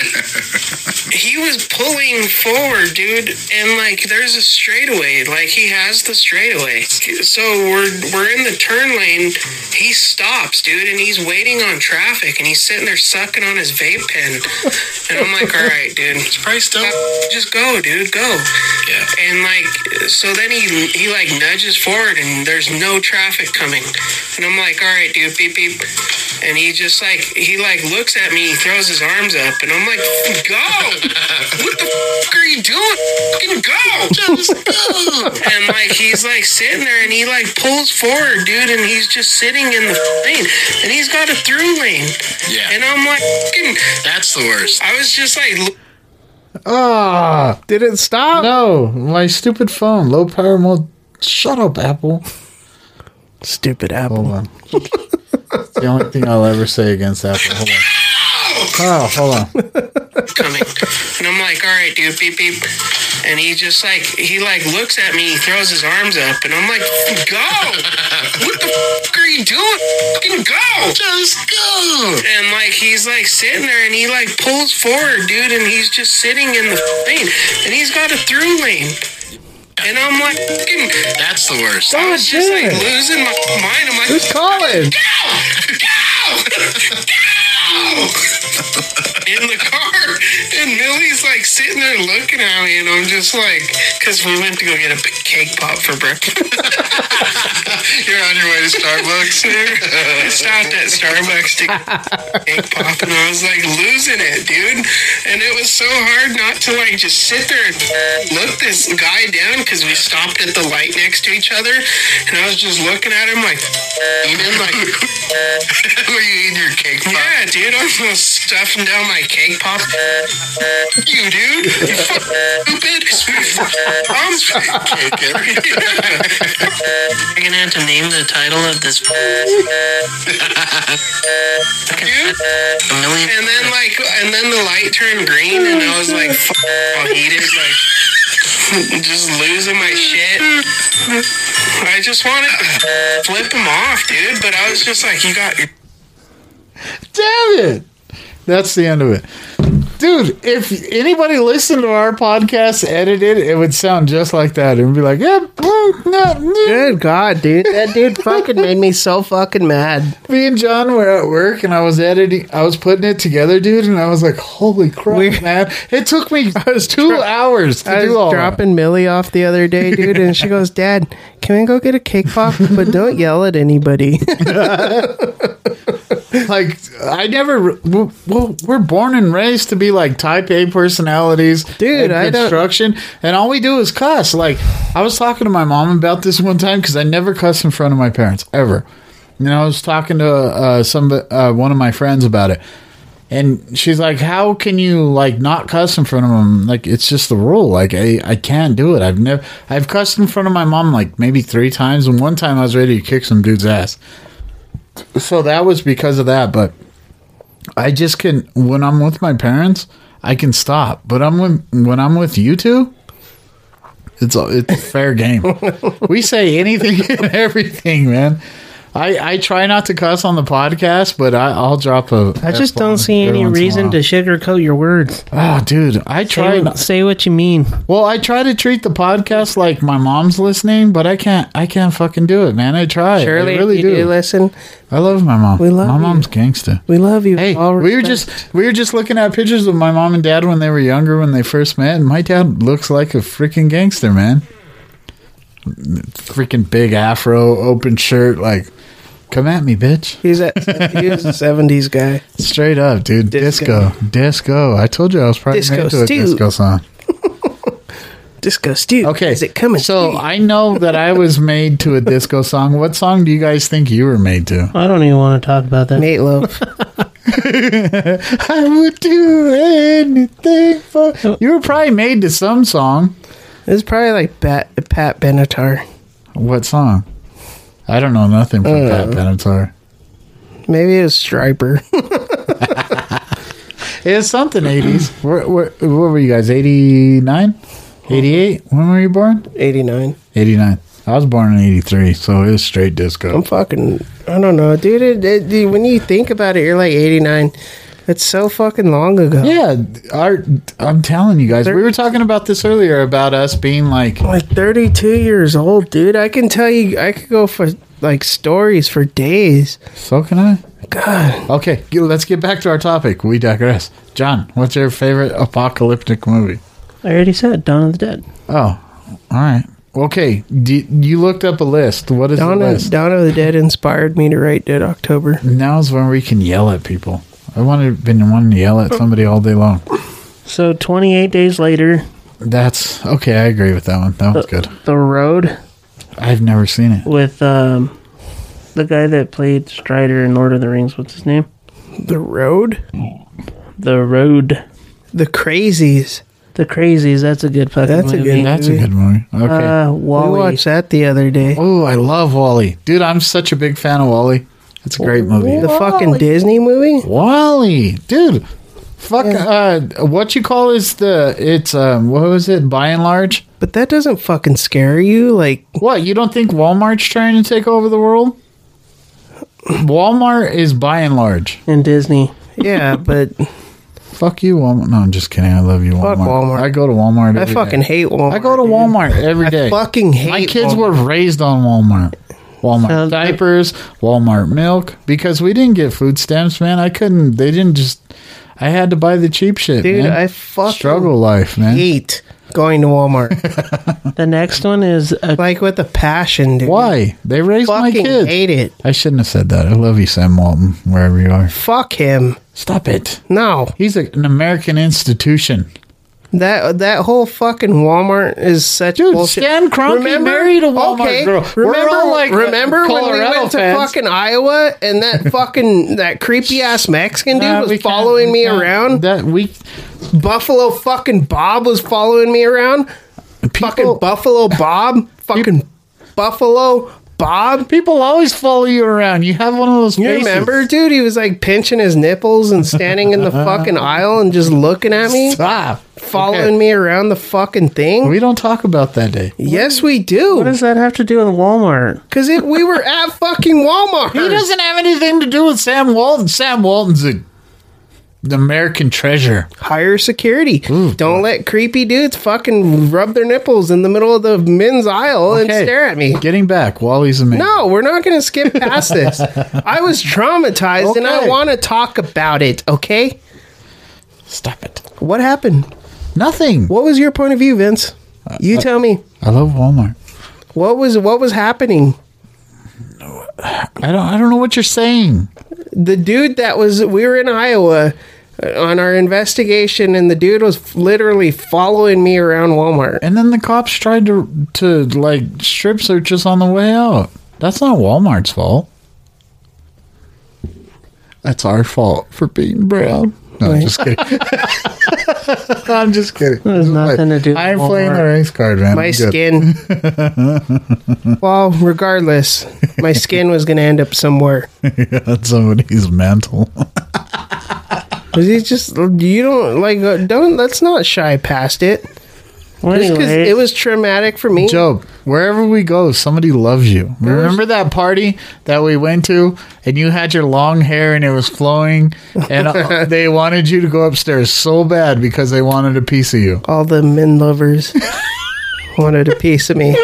Speaker 8: he was pulling forward, dude, and like there's a straightaway. Like he has the straightaway. So we're we're in the turn lane. He stops, dude, and he's waiting on traffic, and he's sitting there sucking on his vape pen. And I'm like, all right, dude, it's probably still just go, dude, go. Yeah. And like, so then he he like nudges forward, and there's no traffic coming. And I'm like, all right, dude, beep beep. And he just like he like looks at me, he throws his arms up, and I'm like, go! What the fuck are you doing? Fucking go! Just go! And like he's like sitting there, and he like pulls forward, dude, and he's just sitting in the lane, and he's got a through lane.
Speaker 12: Yeah.
Speaker 8: And I'm like, fucking,
Speaker 12: That's the worst.
Speaker 8: I was just like.
Speaker 10: Ah,
Speaker 9: Did it stop?
Speaker 10: no, my stupid phone, low power mode. Shut up, Apple.
Speaker 9: Stupid Apple.
Speaker 10: Hold on. It's the only thing I'll ever say against Apple. Hold on. Oh, hold on.
Speaker 8: coming. And I'm like, all right, dude, beep, beep. And he just like, he like looks at me, he throws his arms up, and I'm like, go! What the fuck are you doing? Fucking go!
Speaker 12: Just go.
Speaker 8: And like, he's like sitting there and he like pulls forward, dude, and he's just sitting in the lane. And he's got a through lane. And I'm like, fucking,
Speaker 12: That's the worst.
Speaker 8: I was just like losing my mind. I'm like,
Speaker 10: Who's calling?
Speaker 8: in the car, and Millie's like sitting there looking at me, and I'm just like, because we went to go get a big cake pop for breakfast.
Speaker 12: You're on your way to Starbucks.
Speaker 8: I stopped at Starbucks to get cake pop, and I was like losing it, dude. And it was so hard not to like just sit there and look this guy down because we stopped at the light next to each other, and I was just looking at him like, eating like.
Speaker 12: Were you eating your cake pop?
Speaker 8: Yeah, dude, I'm still stuffing down my cake pop. you, dude. You fucking stupid. I'm You're gonna have to name the title of this. dude. And then like, and then the light turned green, and I was like, "Fuck, I'll eat it." Like, just losing my shit. I just wanted to flip him off, dude. But I was just like, "You got your
Speaker 10: Damn it. That's the end of it. Dude, if anybody listened to our podcast edited, it would sound just like that. It would be like, yeah, mm, no, no.
Speaker 9: Good God, dude. That dude fucking made me so fucking mad.
Speaker 10: me and John were at work and I was editing, I was putting it together, dude, and I was like, holy crap, man. It took me two hours to
Speaker 9: I
Speaker 10: do all
Speaker 9: was
Speaker 10: that.
Speaker 9: dropping Millie off the other day, dude, and she goes, Dad, can we go get a cake pop? But don't yell at anybody.
Speaker 10: like I never. w- w- We're born and raised to be like type A personalities,
Speaker 9: Dude,
Speaker 10: and
Speaker 9: I don't-
Speaker 10: construction, and all we do is cuss. Like I was talking to my mom about this one time because I never cuss in front of my parents ever. And I was talking to uh, some uh, one of my friends about it, and she's like, "How can you like not cuss in front of them? Like it's just the rule. Like I, I can't do it. I've never I've cussed in front of my mom like maybe three times, and one time I was ready to kick some dude's ass. So that was because of that. But I just can when I'm with my parents, I can stop. But I'm with, when I'm with you two. It's a, it's a fair game. we say anything and everything, man. I, I try not to cuss on the podcast, but I, I'll drop a.
Speaker 11: I just don't see any reason to sugarcoat your words.
Speaker 10: Oh, dude, I try.
Speaker 11: Say,
Speaker 10: not-
Speaker 11: say what you mean.
Speaker 10: well, I try to treat the podcast like my mom's listening, but I can't. I can't fucking do it, man. I try.
Speaker 9: Shirley,
Speaker 10: I
Speaker 9: if
Speaker 10: really
Speaker 9: you
Speaker 10: do.
Speaker 9: do. listen.
Speaker 10: I love my mom.
Speaker 9: We love
Speaker 10: my
Speaker 9: you.
Speaker 10: mom's gangster.
Speaker 9: We love you.
Speaker 10: Hey,
Speaker 9: All
Speaker 10: we were
Speaker 9: respect.
Speaker 10: just we were just looking at pictures of my mom and dad when they were younger when they first met, and my dad looks like a freaking gangster, man. Freaking big afro, open shirt, like, come at me, bitch.
Speaker 9: He's that he was a seventies guy.
Speaker 10: Straight up, dude. Disco.
Speaker 9: Disco.
Speaker 10: Disco. I told you I was probably
Speaker 9: Disco
Speaker 10: into a
Speaker 9: stew.
Speaker 10: disco song. Disco Stew. Okay. Is it coming? So I know that I was made to a disco song. What song do you guys think you were made to?
Speaker 11: I don't even want to talk about that.
Speaker 9: Meatloaf.
Speaker 10: I would do anything for. You were probably made to some song.
Speaker 9: It's probably like Pat, Pat Benatar.
Speaker 10: What song? I don't know nothing from Pat Benatar.
Speaker 9: Maybe it was Striper.
Speaker 10: It's something 80s. Where, where, where were you guys? 89? 88? When were you born?
Speaker 9: 89.
Speaker 10: 89. I was born in 83, so it was straight disco.
Speaker 9: I'm fucking. I don't know, dude. It, it, dude, When you think about it, you're like 89. It's so fucking long ago.
Speaker 10: Yeah, our, I'm telling you guys, we were talking about this earlier about us being like
Speaker 9: like 32 years old, dude. I can tell you, I could go for like stories for days.
Speaker 10: So can I?
Speaker 9: God.
Speaker 10: Okay, g- let's get back to our topic. We digress. John, what's your favorite apocalyptic movie?
Speaker 11: I already said Dawn of the Dead.
Speaker 10: Oh, all right. Okay, d you looked up a list. What is
Speaker 9: Dawn
Speaker 10: the
Speaker 9: of,
Speaker 10: list?
Speaker 9: Dawn of the Dead inspired me to write Dead October.
Speaker 10: Now's when we can yell at people. I wanted been wanting to yell at somebody all day long.
Speaker 11: So 28 days later.
Speaker 10: That's okay. I agree with that one. That was good.
Speaker 11: The Road
Speaker 10: I've never seen it.
Speaker 11: with um, the guy that played Strider in Lord of the Rings. What's his name?
Speaker 9: The Road?
Speaker 11: The Road.
Speaker 9: The Crazies.
Speaker 11: The Crazies. That's a good fucking
Speaker 9: That's a
Speaker 11: movie.
Speaker 9: good
Speaker 10: That's a good movie. Okay.
Speaker 11: Uh,
Speaker 9: We
Speaker 11: Wally.
Speaker 9: watched that the other day.
Speaker 10: Oh, I love Wally. Dude, I'm such a big fan of Wally. It's a great movie.
Speaker 9: The fucking Disney movie?
Speaker 10: Wally, dude. Fuck uh what you call is the it's um what was it by and large?
Speaker 9: But that doesn't fucking scare you like
Speaker 10: What, you don't think Walmart's trying to take over the world? Walmart is by and large.
Speaker 11: And Disney.
Speaker 9: Yeah, but
Speaker 10: Fuck you, Walmart. No, I'm just kidding. I love you, Walmart.
Speaker 9: Fuck Walmart.
Speaker 10: I go to Walmart.
Speaker 9: I
Speaker 10: every
Speaker 9: fucking
Speaker 10: day.
Speaker 9: hate Walmart.
Speaker 10: I go to Walmart every day.
Speaker 9: fucking hate
Speaker 10: My kids were raised on Walmart. Walmart diapers, Walmart milk, because we didn't get food stamps, man. I couldn't. They didn't just. I had to buy the cheap shit,
Speaker 9: Dude,
Speaker 10: man.
Speaker 9: I fucking
Speaker 10: struggle life, man.
Speaker 9: hate going to Walmart.
Speaker 11: The next one is a,
Speaker 9: like with a passion, dude.
Speaker 10: Why they raised my
Speaker 9: Fucking
Speaker 10: kids?
Speaker 9: hate it.
Speaker 10: I shouldn't have said that. I love you, Sam Walton, wherever you are.
Speaker 9: Fuck him.
Speaker 10: Stop it.
Speaker 9: No.
Speaker 10: He's a, an American institution.
Speaker 9: That that whole fucking Walmart is such
Speaker 10: Dude,
Speaker 9: bullshit.
Speaker 10: Stan Kroenke married a Walmart girl. We're
Speaker 9: Remember,
Speaker 10: all, like,
Speaker 9: remember when we
Speaker 10: Colorado
Speaker 9: went to
Speaker 10: fans.
Speaker 9: fucking Iowa and that fucking that creepy ass Mexican dude
Speaker 10: Nah, Uh, we
Speaker 9: was
Speaker 10: can't-
Speaker 9: following
Speaker 10: we
Speaker 9: me
Speaker 10: can't-
Speaker 9: around.
Speaker 10: That we
Speaker 9: Buffalo fucking Bob was following me around. fucking Buffalo Bob. Fucking Buffalo Bob.
Speaker 10: people always follow you around. You have one of those.
Speaker 9: You
Speaker 10: faces.
Speaker 9: remember, dude? He was like pinching his nipples and standing in the fucking aisle and just looking at me,
Speaker 10: Stop.
Speaker 9: following
Speaker 10: Okay.
Speaker 9: me around the fucking thing.
Speaker 10: We don't talk about that day.
Speaker 9: yes, we do.
Speaker 11: What does that have to do with Walmart?
Speaker 9: Cause it, we were at fucking Walmart.
Speaker 10: He doesn't have anything to do with Sam Walton. Sam Walton's a, the American treasure.
Speaker 9: Hire security.
Speaker 10: Hmm.
Speaker 9: Don't let creepy dudes fucking rub their nipples in the middle of the men's aisle and
Speaker 10: Okay.
Speaker 9: stare at me.
Speaker 10: Getting back, Wally's a man.
Speaker 9: No, we're not going to skip past this. I was traumatized and I
Speaker 10: Okay.
Speaker 9: want to talk about it. Okay,
Speaker 10: Stop it.
Speaker 9: what happened?
Speaker 10: Nothing.
Speaker 9: What was your point of view, Vince? You
Speaker 10: Uh,
Speaker 9: tell me.
Speaker 10: I love Walmart.
Speaker 9: What was what was happening?
Speaker 10: I don't. I don't know what you're saying.
Speaker 9: the dude that was we were in Iowa uh, on our investigation and the dude was f- literally following me around Walmart.
Speaker 10: And then the cops tried to to like strip search us on the way out. That's not Walmart's fault. That's our fault for being brown. No, I'm just kidding. I'm just kidding.
Speaker 11: There's nothing to do with
Speaker 10: I'm playing the
Speaker 11: Walmart.
Speaker 10: race card, man.
Speaker 9: My
Speaker 10: I'm good.
Speaker 9: skin. well, regardless, my skin was going to end up somewhere.
Speaker 10: That's somebody's mantle.
Speaker 9: 'Cause it's just you don't like uh, don't let's not shy past it.
Speaker 11: Well,
Speaker 9: Just 'cause
Speaker 11: anyway,
Speaker 9: it was traumatic for me.
Speaker 10: Job, wherever we go, somebody loves you. Remember that party that we went to and you had your long hair and it was flowing and uh, they wanted you to go upstairs so bad because they wanted a piece of you.
Speaker 9: All the men lovers wanted a piece of me.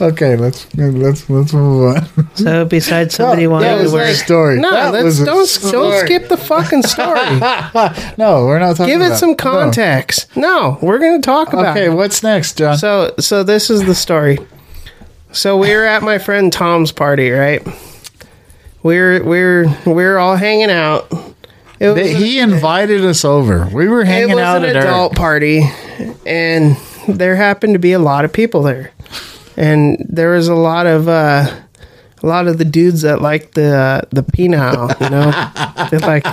Speaker 10: Okay, let's let's let's move on.
Speaker 9: uh,
Speaker 11: so besides somebody wanting to
Speaker 9: was
Speaker 11: wear
Speaker 9: like-
Speaker 10: story.
Speaker 9: No,
Speaker 10: That
Speaker 9: let's
Speaker 10: was a
Speaker 9: don't don't
Speaker 10: story.
Speaker 9: skip the fucking story.
Speaker 10: No, we're not talking
Speaker 9: Give it
Speaker 10: about-
Speaker 9: some
Speaker 10: no.
Speaker 9: context. No, we're going to talk about
Speaker 10: Okay,
Speaker 9: it.
Speaker 10: what's next, John?
Speaker 9: So so this is the story. So we were at my friend Tom's party, right? We're we're we're all hanging out. It was,
Speaker 10: They- he invited us over. We were
Speaker 9: it
Speaker 10: hanging
Speaker 9: was
Speaker 10: out
Speaker 9: an
Speaker 10: at our
Speaker 9: adult party, and there happened to be a lot of people there, and there was a lot of uh, a lot of the dudes that like the uh, the penile, you know, they like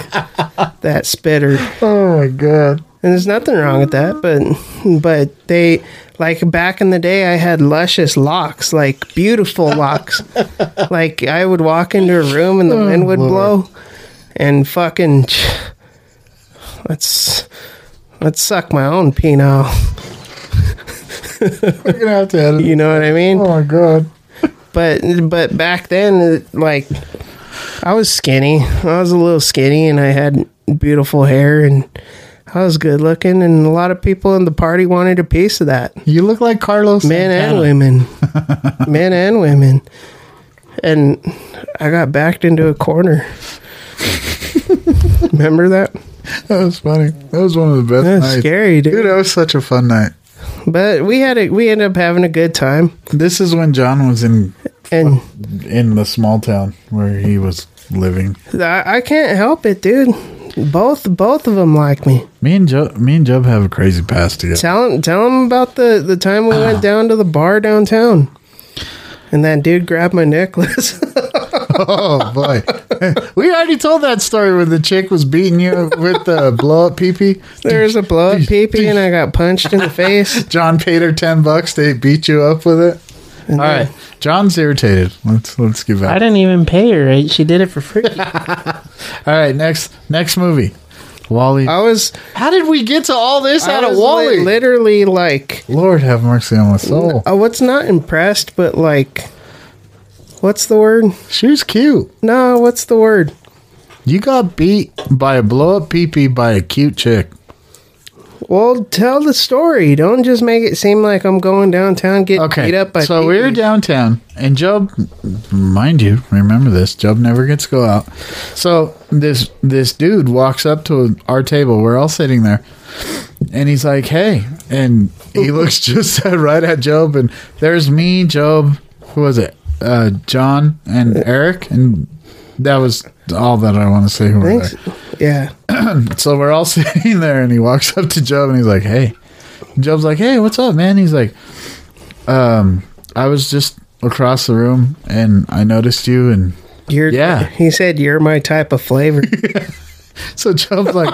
Speaker 9: that spitter.
Speaker 10: Oh my god!
Speaker 9: And there's nothing wrong with that, but but they like back in the day, I had luscious locks, like beautiful locks. like I would walk into a room and the
Speaker 10: Oh,
Speaker 9: wind would
Speaker 10: Lord.
Speaker 9: blow, and fucking let's let's suck my own penile.
Speaker 10: We're gonna have to edit.
Speaker 9: You know what I mean?
Speaker 10: Oh my god!
Speaker 9: But but back then, it- like I was skinny. I was a little skinny, and I had beautiful hair, and I was good looking, and a lot of people in the party wanted a piece of that.
Speaker 10: You look like Carlos.
Speaker 9: Men and
Speaker 10: Santana.
Speaker 9: women, men and women, and I got backed into a corner. Remember that?
Speaker 10: That was funny. That was one of the best
Speaker 9: That's
Speaker 10: nights.
Speaker 9: scary, dude.
Speaker 10: That was such a fun night.
Speaker 9: But we had a we ended up having a good time,
Speaker 10: This is when John was in
Speaker 9: and
Speaker 10: in the small town where he was living.
Speaker 9: I, I can't help it, dude. Both both of them like me.
Speaker 10: Me and Joe, me and Job have a crazy past together.
Speaker 9: Tell him, tell him about the the time we
Speaker 10: Ah.
Speaker 9: went down to the bar downtown, and that dude grabbed my necklace.
Speaker 10: oh boy, we already told that story when the chick was beating you with the blow up peepee.
Speaker 9: there was a blow up peepee, and I got punched in the face.
Speaker 10: John paid her ten bucks. They beat you up with it.
Speaker 9: And
Speaker 10: All right, John's irritated. Let's let's get
Speaker 11: I
Speaker 10: back.
Speaker 11: didn't even pay her. I- She did it for free.
Speaker 10: All right, next next movie, Wally.
Speaker 9: I was
Speaker 10: How did we get to all this
Speaker 9: Oh. I
Speaker 10: out of
Speaker 9: was li-
Speaker 10: Wally?
Speaker 9: literally like,
Speaker 10: Lord have mercy on my soul.
Speaker 9: I was Uh, not impressed, but like, what's the word?
Speaker 10: She was cute.
Speaker 9: No, what's the word?
Speaker 10: You got beat by a blow up peepee by a cute chick.
Speaker 9: Well, tell the story. Don't just make it seem like I'm going downtown getting
Speaker 10: Okay.
Speaker 9: beat up by.
Speaker 10: so we were
Speaker 9: peepees.
Speaker 10: downtown, and Job, mind you, remember this: Job never gets to go out. So this this dude walks up to our table. We're all sitting there, and he's like, "Hey!" And he looks just right at Job, and there's me, Job. Who was it? Uh, John and Eric, and that was all that I want to say. Who were
Speaker 9: Thanks.
Speaker 10: there.
Speaker 9: Yeah.
Speaker 10: so we're all sitting there, and he walks up to Job and he's like, "Hey." And Job's like, "Hey, what's up, man?" He's like, "Um, I was just across the room and I noticed you." And
Speaker 9: You're,
Speaker 10: Yeah.
Speaker 9: He said you're my type of flavor.
Speaker 10: so Job's like,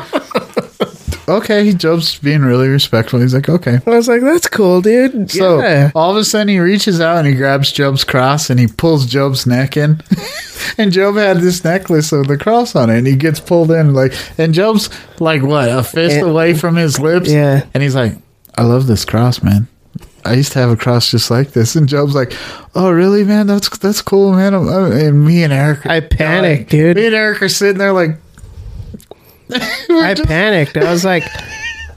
Speaker 10: "Okay." Job's being really respectful. He's like, "Okay."
Speaker 9: I was like, that's cool, dude.
Speaker 10: So
Speaker 9: yeah.
Speaker 10: all of a sudden, he reaches out and he grabs Job's cross and he pulls Job's neck in. and Job had this necklace with the cross on it, and he gets pulled in like. And Job's like what a fist
Speaker 9: And-
Speaker 10: away from his lips.
Speaker 9: Yeah.
Speaker 10: and he's like, "I love this cross, man. I used to have a cross just like this." And Job's like, "Oh, really, man? That's that's cool, man." I'm- I'm- and me and Eric,
Speaker 9: I panicked, dude.
Speaker 10: me and Eric are sitting there like,
Speaker 9: I panicked. I was like,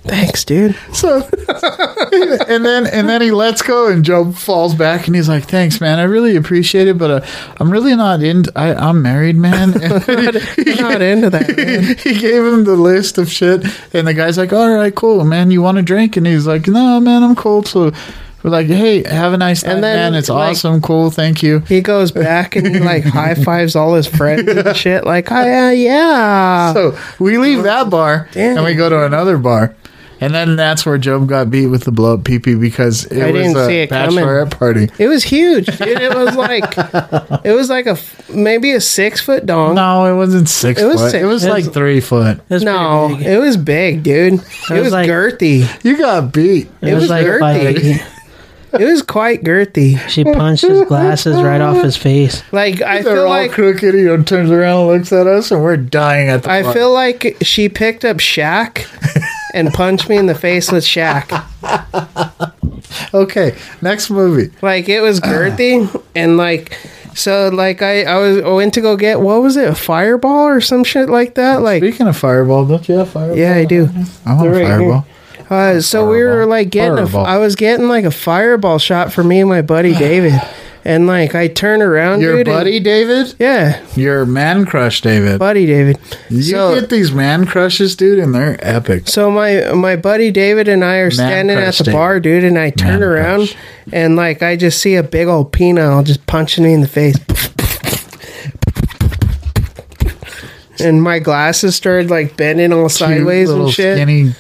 Speaker 9: thanks, dude.
Speaker 10: So, and then and then he lets go, and Job falls back, and he's like, "Thanks, man. I really appreciate it, but uh, I'm really not in. I, I'm married, man." And
Speaker 9: I'm not into that. man.
Speaker 10: he gave him the list of shit, and the guy's like, "All right, cool, man. You want a drink?" And he's like, "No, man, I'm cool." So we're like, "Hey, have a nice night,
Speaker 9: And then,
Speaker 10: man. It's
Speaker 9: like-
Speaker 10: awesome, cool, thank you."
Speaker 9: He goes back and like high fives all his friends and shit. Like, oh, uh, yeah.
Speaker 10: So we leave that bar
Speaker 9: Damn.
Speaker 10: and we go to another bar. And then that's where Job got beat with the blow up peepee because it
Speaker 9: I
Speaker 10: was
Speaker 9: didn't
Speaker 10: a
Speaker 9: see it coming.
Speaker 10: bachelorette party.
Speaker 9: It was huge, dude. It was like it was like a f- maybe a six foot dong. No,
Speaker 10: No, it wasn't six
Speaker 9: It was
Speaker 10: foot.
Speaker 9: six-
Speaker 10: it was
Speaker 9: it
Speaker 10: like
Speaker 9: was-
Speaker 10: three foot.
Speaker 11: That's pretty big.
Speaker 9: it was big, dude. It
Speaker 11: was
Speaker 9: was
Speaker 11: like-
Speaker 9: girthy.
Speaker 10: You got beat.
Speaker 9: It was girthy. It was quite girthy.
Speaker 13: She punched his glasses right off his face.
Speaker 9: Like I
Speaker 10: They're
Speaker 9: feel
Speaker 10: all
Speaker 9: like
Speaker 10: crooked. He turns around and looks at us, and we're dying at the.
Speaker 9: I
Speaker 10: bar.
Speaker 9: feel like she picked up Shaq and punched me in the face with Shaq.
Speaker 10: okay. Next movie.
Speaker 9: Like it was girthy and like so like I I was I went to go get what was it a fireball or some shit like that like
Speaker 10: Speaking of fireball, don't you have fireball?
Speaker 9: yeah I do.
Speaker 10: I want
Speaker 9: They're right
Speaker 10: fireball.
Speaker 9: Uh, so we were
Speaker 10: Fireball.
Speaker 9: like getting, a,
Speaker 10: Fireball.
Speaker 9: I was getting like a fireball shot for me and my buddy David, and like I turn around,
Speaker 10: Your
Speaker 9: dude, and-
Speaker 10: buddy David.
Speaker 9: yeah,
Speaker 10: Your man crush David.
Speaker 9: buddy David.
Speaker 10: you
Speaker 9: so,
Speaker 10: get these man crushes, dude, and they're epic.
Speaker 9: so my my buddy David and I are standing at
Speaker 10: crush,
Speaker 9: the
Speaker 10: David.
Speaker 9: bar, dude, and I turn
Speaker 10: Man
Speaker 9: around,
Speaker 10: crush.
Speaker 9: and like I just see a big old penile just punching me in the face. And my glasses started like bending all
Speaker 10: Cute
Speaker 9: sideways
Speaker 10: little
Speaker 9: and shit.
Speaker 10: Skinny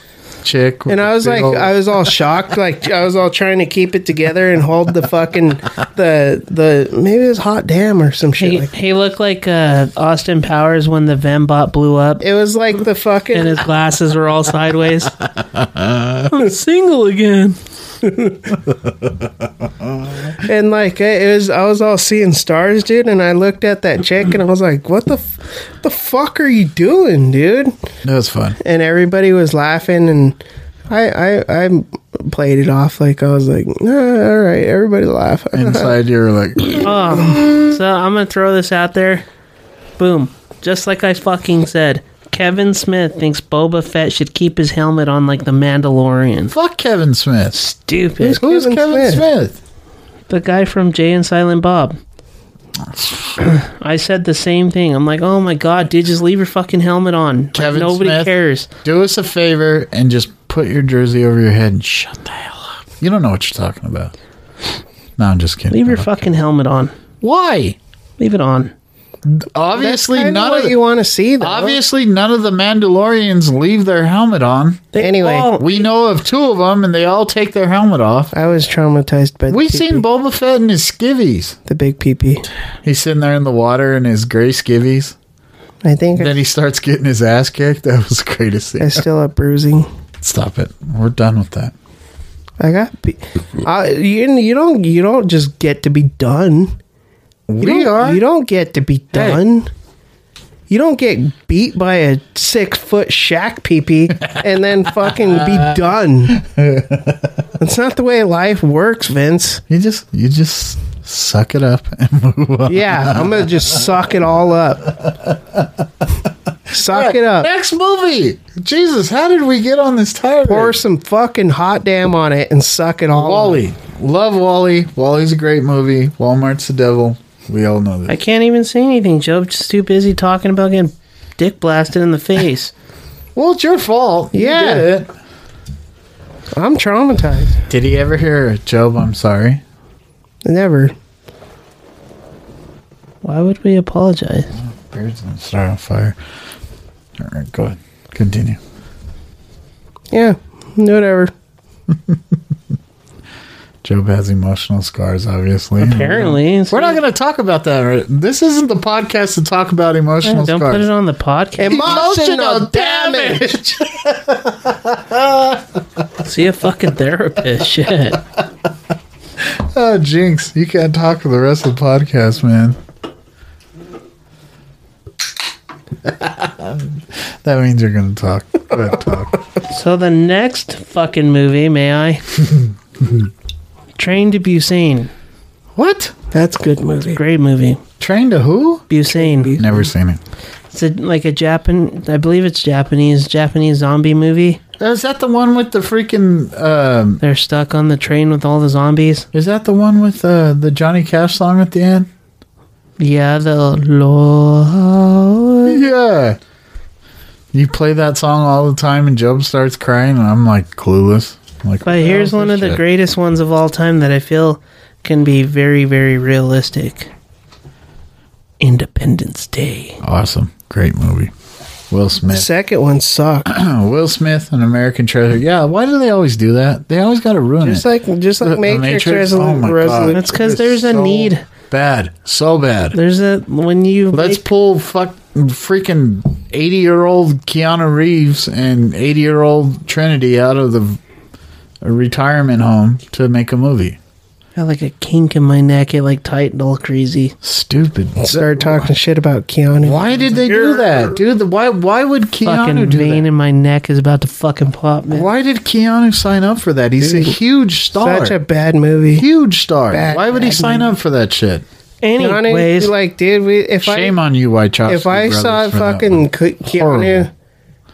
Speaker 10: chick.
Speaker 9: And I was like, I was all shocked. Like I was all trying to keep it together and hold the fucking the the maybe it was hot damn or some shit.
Speaker 11: He,
Speaker 9: like
Speaker 11: he looked like uh, Austin Powers when the Vembot blew up.
Speaker 9: It was like the fucking.
Speaker 11: And his glasses were all sideways. I'm single again.
Speaker 9: and like it was, I was all seeing stars, dude. And I looked at that chick and I was like, "What the, f- the fuck are you doing, dude?"
Speaker 10: That was fun.
Speaker 9: And everybody was laughing, and I, I, I played it off like I was like, nah, "All right, everybody laugh."
Speaker 10: Inside, you were like,
Speaker 11: Oh, so I'm gonna throw this out there. Boom! Just like I fucking said, Kevin Smith thinks Boba Fett should keep his helmet on like the Mandalorian.
Speaker 10: Fuck Kevin Smith.
Speaker 11: Stupid.
Speaker 10: Who's Kevin Kevin Smith?
Speaker 11: The guy from Jay and Silent Bob. I said the same thing. I'm like, oh my god, dude, just leave your fucking helmet on. Like,
Speaker 10: Kevin
Speaker 11: nobody
Speaker 10: Smith,
Speaker 11: cares.
Speaker 10: Do us a favor and just put your jersey over your head and shut the hell up. You don't know what you're talking about. No, I'm just kidding.
Speaker 11: Leave your fucking helmet on.
Speaker 10: Why?
Speaker 11: Leave it on.
Speaker 10: Obviously,
Speaker 9: That's kinda
Speaker 10: none
Speaker 9: what
Speaker 10: of the,
Speaker 9: you want to see. Though.
Speaker 10: Obviously, none of the Mandalorians leave their helmet on.
Speaker 9: Anyway,
Speaker 10: we know of two of them, and they all take their helmet off.
Speaker 9: I was traumatized by. the
Speaker 10: We
Speaker 9: pee-pee.
Speaker 10: seen Boba Fett in his skivvies.
Speaker 9: the big peepee.
Speaker 10: He's sitting there in the water in his gray skivvies.
Speaker 9: I think
Speaker 10: Then he starts getting his ass kicked. That was the greatest thing.
Speaker 9: I still have bruising.
Speaker 10: Stop it. We're done with that.
Speaker 9: I got. Pe- I, you, you don't. You don't just get to be done. you
Speaker 10: We
Speaker 9: don't,
Speaker 10: are.
Speaker 9: You don't get to be done. You don't get beat by a six foot shack peepee and then fucking be done. That's not the way life works, Vince.
Speaker 10: You just you just suck it up and move on.
Speaker 9: Yeah, I'm gonna just suck it all up. Suck it up.
Speaker 10: Next movie. Jesus, how did we get on this tire?
Speaker 9: Pour some fucking hot damn on it and suck it all. up.
Speaker 10: Wally. Love Wally. Wally's a great movie. Walmart's the devil. We all know
Speaker 11: I
Speaker 10: this.
Speaker 11: can't even say anything. Job's just too busy talking about getting dick blasted in the face.
Speaker 10: Well, it's your fault. You
Speaker 9: Yeah.
Speaker 10: did it.
Speaker 9: I'm traumatized.
Speaker 10: Did he ever hear Job? I'm sorry.
Speaker 9: Never.
Speaker 11: Why would we apologize?
Speaker 10: Beards and start on fire. All right, go ahead. Continue.
Speaker 9: Yeah. Whatever.
Speaker 10: Job has emotional scars, obviously.
Speaker 11: Apparently,
Speaker 10: We're not going to talk about that. Right? This isn't the podcast to talk about
Speaker 11: Yeah,
Speaker 10: emotional
Speaker 11: don't
Speaker 10: scars.
Speaker 11: put it on the podcast.
Speaker 9: Emotional damage.
Speaker 11: See a fucking therapist. Shit.
Speaker 10: Oh, Jinx, you can't talk for the rest of the podcast, man. that means you're going to talk. Go ahead, talk.
Speaker 11: So the next fucking movie, may I? Train to Busan.
Speaker 10: What?
Speaker 9: That's a good movie.
Speaker 11: Great movie.
Speaker 10: Train to who?
Speaker 11: Busan.
Speaker 10: Never seen it.
Speaker 11: It's a, like a Japan. I believe it's Japanese. Japanese zombie movie.
Speaker 10: Is that the one with the freaking? Um,
Speaker 11: They're stuck on the train with all the zombies.
Speaker 10: is that the one with uh, the Johnny Cash song at the end?
Speaker 11: Yeah, the Lord.
Speaker 10: Yeah. You play that song all the time, and Job starts crying, and I'm like clueless. I'm like,
Speaker 11: But here's one of the
Speaker 10: great.
Speaker 11: greatest ones of all time that I feel can be very, very realistic. Independence Day.
Speaker 10: Awesome. Great movie. Will
Speaker 9: The
Speaker 10: Smith.
Speaker 9: second one sucked.
Speaker 10: Oh, Will Smith, an American treasure. Yeah, why do they always do that? They always got to ruin
Speaker 9: Just
Speaker 10: it.
Speaker 9: like just
Speaker 10: The-
Speaker 9: like
Speaker 10: the
Speaker 9: Matrix,
Speaker 10: Matrix? Oh
Speaker 9: Resolu-
Speaker 10: my God.
Speaker 9: Resolu-
Speaker 11: That's because
Speaker 10: It's
Speaker 11: there's a
Speaker 10: so
Speaker 11: need.
Speaker 10: bad. So bad.
Speaker 11: There's a when you
Speaker 10: Let's
Speaker 11: make-
Speaker 10: pull fuck freaking 80 year old Keanu Reeves and 80 year old Trinity out of the v- retirement home to make a movie.
Speaker 11: got like a kink in my neck. It like tightened all crazy.
Speaker 10: Stupid.
Speaker 9: Started talking shit about Keanu.
Speaker 10: Why did they do that? Dude, the- why why would Keanu
Speaker 11: fucking
Speaker 10: do
Speaker 11: vein
Speaker 10: that?
Speaker 11: in my neck is about to fucking pop, man.
Speaker 10: Why did Keanu sign up for that? He's a huge star.
Speaker 9: Such a bad movie.
Speaker 10: huge star.
Speaker 9: Bad,
Speaker 10: Why would he
Speaker 9: bad
Speaker 10: sign up for that shit?
Speaker 11: Anyways,
Speaker 9: Keanu, like, dude, we, if
Speaker 10: Shame
Speaker 9: I
Speaker 10: on you, White Chops.
Speaker 9: if I saw fucking Ke- Keanu,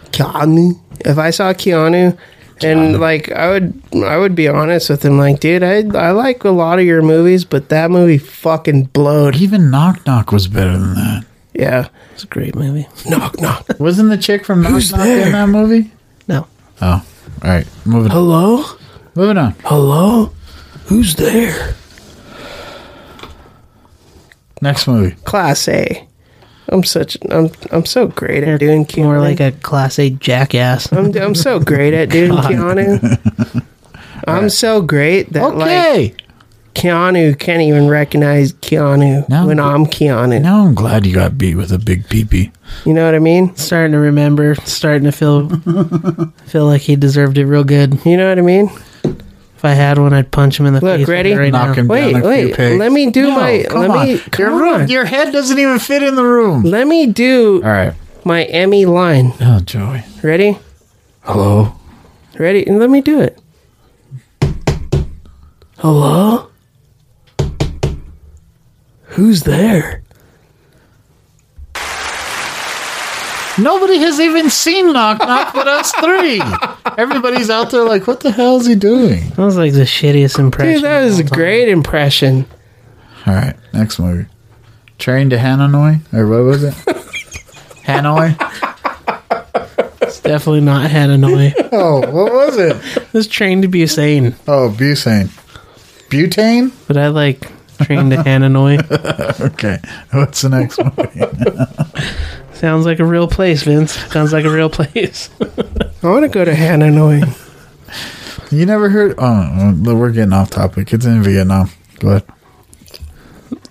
Speaker 9: Keanu, if I saw Keanu, and like I would I would be honest with him, like, dude, I I like a lot of your movies, but that movie fucking blowed.
Speaker 10: even Knock Knock was better than that.
Speaker 9: Yeah,
Speaker 11: it's a great movie.
Speaker 9: knock knock.
Speaker 10: Wasn't the chick from Knock
Speaker 9: Who's
Speaker 10: Knock
Speaker 9: there?
Speaker 10: in that movie?
Speaker 11: No,
Speaker 10: Oh, all right. Moving on.
Speaker 9: Hello,
Speaker 10: Moving on.
Speaker 9: hello, who's there?
Speaker 10: Next movie.
Speaker 9: Class A. I'm such I'm I'm so great at doing Keanu.
Speaker 11: More like a class A jackass.
Speaker 9: I'm I'm so great at doing
Speaker 11: God.
Speaker 9: Keanu. I'm so great that like Keanu can't even recognize Keanu when I'm Keanu.
Speaker 10: Now I'm glad you got beat with a big peepee.
Speaker 9: You know what I mean?
Speaker 11: Starting to remember. Starting to feel feel like he deserved it real good.
Speaker 9: You know what I mean?
Speaker 11: If I had one, I'd punch him in the
Speaker 9: Look,
Speaker 11: face.
Speaker 9: ready?
Speaker 11: Right
Speaker 9: Knock
Speaker 11: now.
Speaker 9: him down Wait, a few wait, pegs. let me do my- let me- come
Speaker 10: your room,
Speaker 9: on.
Speaker 10: your head doesn't even fit in the room.
Speaker 9: Let me do
Speaker 10: All right.
Speaker 9: my Emmy line.
Speaker 10: Oh, Joey.
Speaker 9: Ready?
Speaker 10: Hello.
Speaker 9: Ready? And let me do it. Hello? Who's there?
Speaker 10: Nobody has even seen Knock Knock but us three. Everybody's out there like, what the hell is he doing?
Speaker 11: That was like the shittiest impression.
Speaker 9: Dude, that was a great impression.
Speaker 10: All right, next movie. Train to Hanoi, or what was it? Hanoi.
Speaker 11: It's definitely not Hanoi.
Speaker 10: oh, what was it?
Speaker 11: This train to Busane.
Speaker 10: Oh, Busane. Butane?
Speaker 11: But I like train to Hanoi.
Speaker 10: okay. What's the next movie?
Speaker 11: Sounds like a real place, Vince. Sounds like a real place.
Speaker 9: I want to go to Hanoi.
Speaker 10: you never heard? Oh, well, we're getting off topic. It's in Vietnam. Go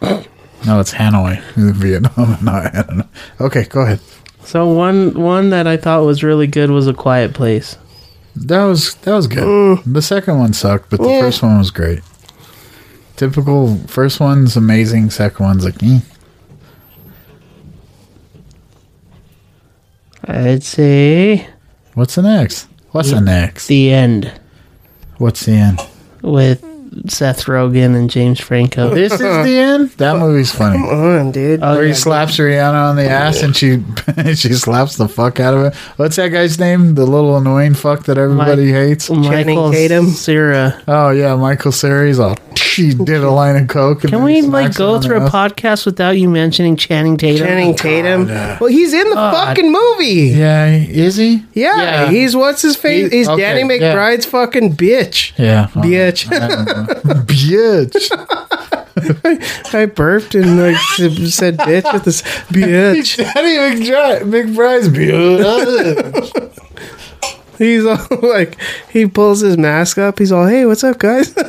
Speaker 10: ahead. No, it's Hanoi. It's in Vietnam, not Hanoi. Okay, go ahead.
Speaker 11: So one one that I thought was really good was a quiet place.
Speaker 10: That was that was good. The second one sucked, but the
Speaker 11: Yeah.
Speaker 10: first one was great. Typical first one's amazing, second one's like, eh.
Speaker 11: I'd say.
Speaker 10: What's the next? What's the next?
Speaker 11: The end
Speaker 10: What's the end?
Speaker 11: with Seth Rogen and James Franco.
Speaker 10: This is the end. That movie's funny.
Speaker 9: Come on, dude.
Speaker 11: Oh,
Speaker 10: Where he slaps Rihanna on the ass and she she slaps the fuck out of it. What's that guy's name? The little annoying fuck that everybody hates.
Speaker 11: Mm. Michael Cera.
Speaker 10: Oh yeah, Michael Cera. He's all she did a line of coke. and
Speaker 11: Can
Speaker 10: then
Speaker 11: we
Speaker 10: he
Speaker 11: like
Speaker 10: smacks her
Speaker 11: go
Speaker 10: on the
Speaker 11: through a
Speaker 10: ass.
Speaker 11: podcast without you mentioning Channing Tatum?
Speaker 9: Channing Tatum.
Speaker 11: God.
Speaker 9: Well, he's in the
Speaker 10: Uh,
Speaker 11: God.
Speaker 9: fucking movie.
Speaker 10: Yeah, is he?
Speaker 9: Yeah,
Speaker 11: Yeah.
Speaker 9: he's what's his face?
Speaker 11: He-
Speaker 9: he's
Speaker 11: okay,
Speaker 9: Danny
Speaker 11: yeah.
Speaker 9: McBride's fucking bitch.
Speaker 10: Yeah.
Speaker 9: Bitch.
Speaker 10: Uh-huh. bitch.
Speaker 9: I burped and like s- said bitch at this bitch.
Speaker 10: Danny McBride, McBride's bitch.
Speaker 9: He's all like, he pulls his mask up. He's all, hey, what's up, guys?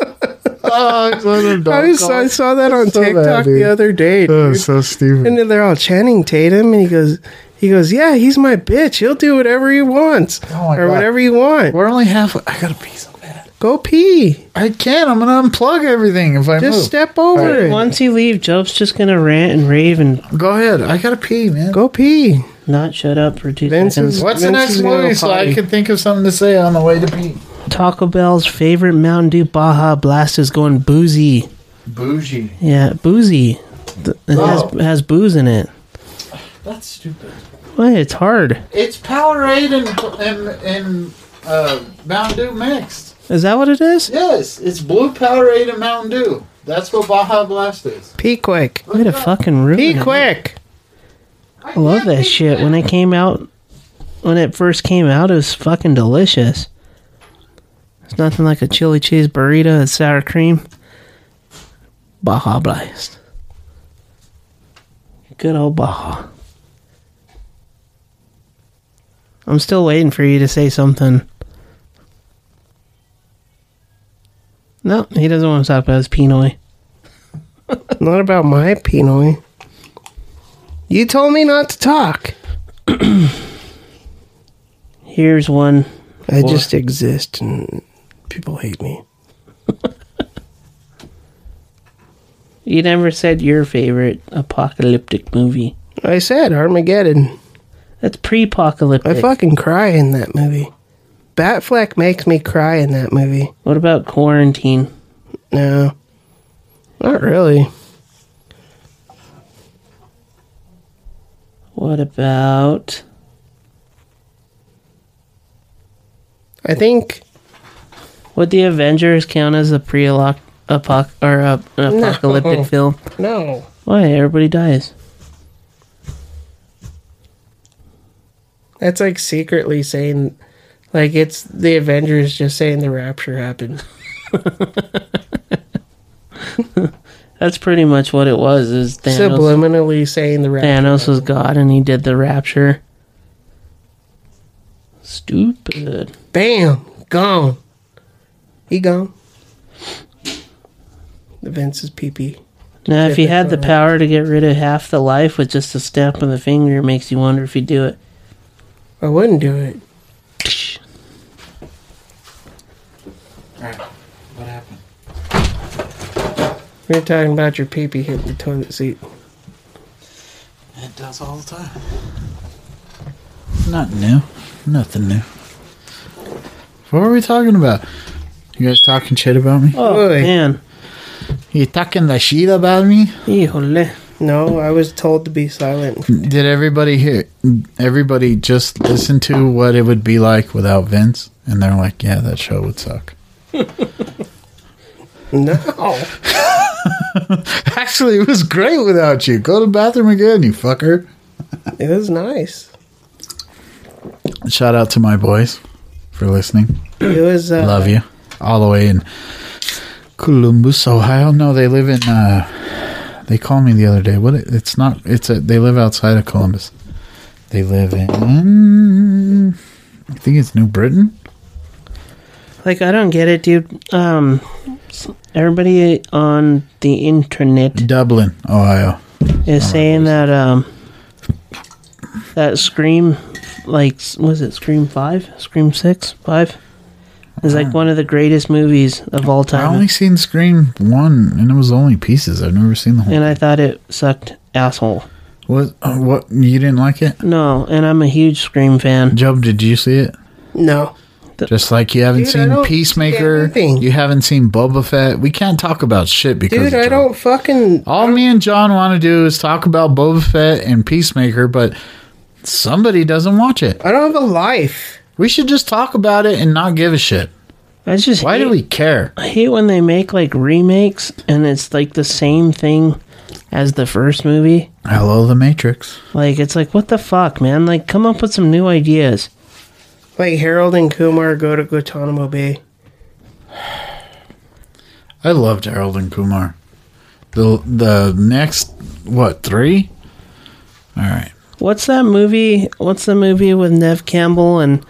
Speaker 10: oh, it's one of them dog
Speaker 9: I, was, I
Speaker 10: collars.
Speaker 9: saw that on
Speaker 10: So bad,
Speaker 9: TikTok
Speaker 10: dude.
Speaker 9: the other day.
Speaker 10: Oh,
Speaker 9: dude.
Speaker 10: so stupid.
Speaker 9: And then they're all Channing Tatum, and he goes, he goes, yeah, he's my bitch. He'll do whatever he wants
Speaker 10: Oh, my
Speaker 9: or
Speaker 10: God.
Speaker 9: whatever you want.
Speaker 10: We're only half. I gotta pee so bad.
Speaker 9: Go pee.
Speaker 10: I can't. I'm gonna unplug everything if I
Speaker 9: Just
Speaker 10: move.
Speaker 9: step over it.
Speaker 11: Once you leave, Job's just gonna rant and rave and
Speaker 10: Go ahead. I gotta pee, man.
Speaker 9: Go pee.
Speaker 11: not shut up for two
Speaker 9: Vince
Speaker 11: seconds.
Speaker 9: is-
Speaker 10: What's the
Speaker 9: Vince
Speaker 10: next
Speaker 9: is gonna
Speaker 10: movie so I
Speaker 9: potty.
Speaker 10: can think of something to say on the way to pee?
Speaker 11: Taco Bell's favorite Mountain Dew Baja Blast is going boozy.
Speaker 10: Bougie.
Speaker 11: Yeah, boozy. Th- It has
Speaker 10: Oh.
Speaker 11: has booze in it.
Speaker 10: That's stupid.
Speaker 11: Wait, it's hard.
Speaker 10: It's Powerade and and, and uh, Mountain Dew mixed.
Speaker 11: Is that what it is?
Speaker 10: Yes, it's blue Powerade and Mountain Dew. That's what Baja Blast is.
Speaker 9: Pee quick.
Speaker 11: Way to fucking ruin
Speaker 9: Pee
Speaker 11: it.
Speaker 9: quick.
Speaker 11: I love that shit. When it came out, when it first came out, it was fucking delicious. It's nothing like a chili cheese burrito and sour cream. Baja Blast. Good old Baja. I'm still waiting for you to say something. No, he doesn't want to talk about his Pinoy.
Speaker 9: Not about my Pinoy. You told me not to talk.
Speaker 11: Here's one.
Speaker 9: I just exist and people hate me.
Speaker 11: You never said your favorite apocalyptic movie.
Speaker 9: I said Armageddon.
Speaker 11: That's pre-apocalyptic.
Speaker 9: I fucking cry in that movie. Batfleck makes me cry in that movie.
Speaker 11: What about quarantine?
Speaker 9: No. Not really.
Speaker 11: What about
Speaker 9: I think
Speaker 11: would the Avengers count as a pre-apoc or a, an
Speaker 9: No.
Speaker 11: apocalyptic film?
Speaker 9: no.
Speaker 11: Why everybody dies?
Speaker 9: That's like secretly saying like it's the Avengers just saying the rapture happened.
Speaker 11: That's pretty much what it was. Is Thanos,
Speaker 9: Subliminally saying the rapture.
Speaker 11: Thanos was God and he did the rapture. Stupid.
Speaker 9: Bam, gone. He gone. Vince's pee
Speaker 11: Now, if he had the power to get rid of half the life with just a snap of the finger, it makes you wonder if he'd do it.
Speaker 9: I wouldn't do it.
Speaker 10: What happened?
Speaker 9: We're talking about your pee pee hit the toilet seat.
Speaker 10: It does all the time. Not new. Nothing new. What were we talking about? You guys talking shit about me?
Speaker 11: Oh, man.
Speaker 10: You talking the shit about me?
Speaker 9: No, I was told to be silent.
Speaker 10: Did everybody hear? Everybody just listen to what it would be like without Vince, and they're like, "Yeah, that show would suck."
Speaker 9: no.
Speaker 10: Actually, it was great without you. Go to the bathroom again, you fucker.
Speaker 9: It was nice.
Speaker 10: Shout out to my boys for listening.
Speaker 9: It was. Uh,
Speaker 10: Love you all the way in Columbus, Ohio. No, they live in. Uh, they called me the other day. What? It's not. It's a. They live outside of Columbus. They live in. I think it's New Britain.
Speaker 11: Like, I don't get it, dude. Um, everybody on the internet
Speaker 10: Dublin, Ohio.
Speaker 11: is saying that um that scream like s- was it scream 5 scream 6 5 is like one of the greatest movies of all
Speaker 10: Uh-huh. I
Speaker 11: time
Speaker 10: only seen Scream one, and it was only pieces. I've never seen the whole.
Speaker 11: and i thought it sucked asshole
Speaker 10: What? uh, What? You didn't like it?
Speaker 11: no and i'm a huge scream fan
Speaker 10: Job, did you see it?
Speaker 9: No.
Speaker 10: Just like you haven't
Speaker 9: Dude, I
Speaker 10: seen
Speaker 9: don't
Speaker 10: Peacemaker, you haven't seen Boba Fett. We can't talk about shit because
Speaker 9: Dude,
Speaker 10: of
Speaker 9: I
Speaker 10: Job.
Speaker 9: don't fucking.
Speaker 10: All me and John want to do is talk about Boba Fett and Peacemaker, but somebody doesn't watch it.
Speaker 9: I don't have a life.
Speaker 10: We should just talk about it and not give a shit.
Speaker 11: i just
Speaker 10: Why do
Speaker 11: hate-
Speaker 10: we care?
Speaker 11: I hate when they make like remakes and it's like the same thing as the first movie
Speaker 10: Hello, The Matrix.
Speaker 11: like it's like what the fuck man like come up with some new ideas
Speaker 9: Like Harold and Kumar go to Guantanamo Bay.
Speaker 10: I loved Harold and Kumar. The the next what three? All right,
Speaker 11: What's that movie? What's the movie with Nev Campbell and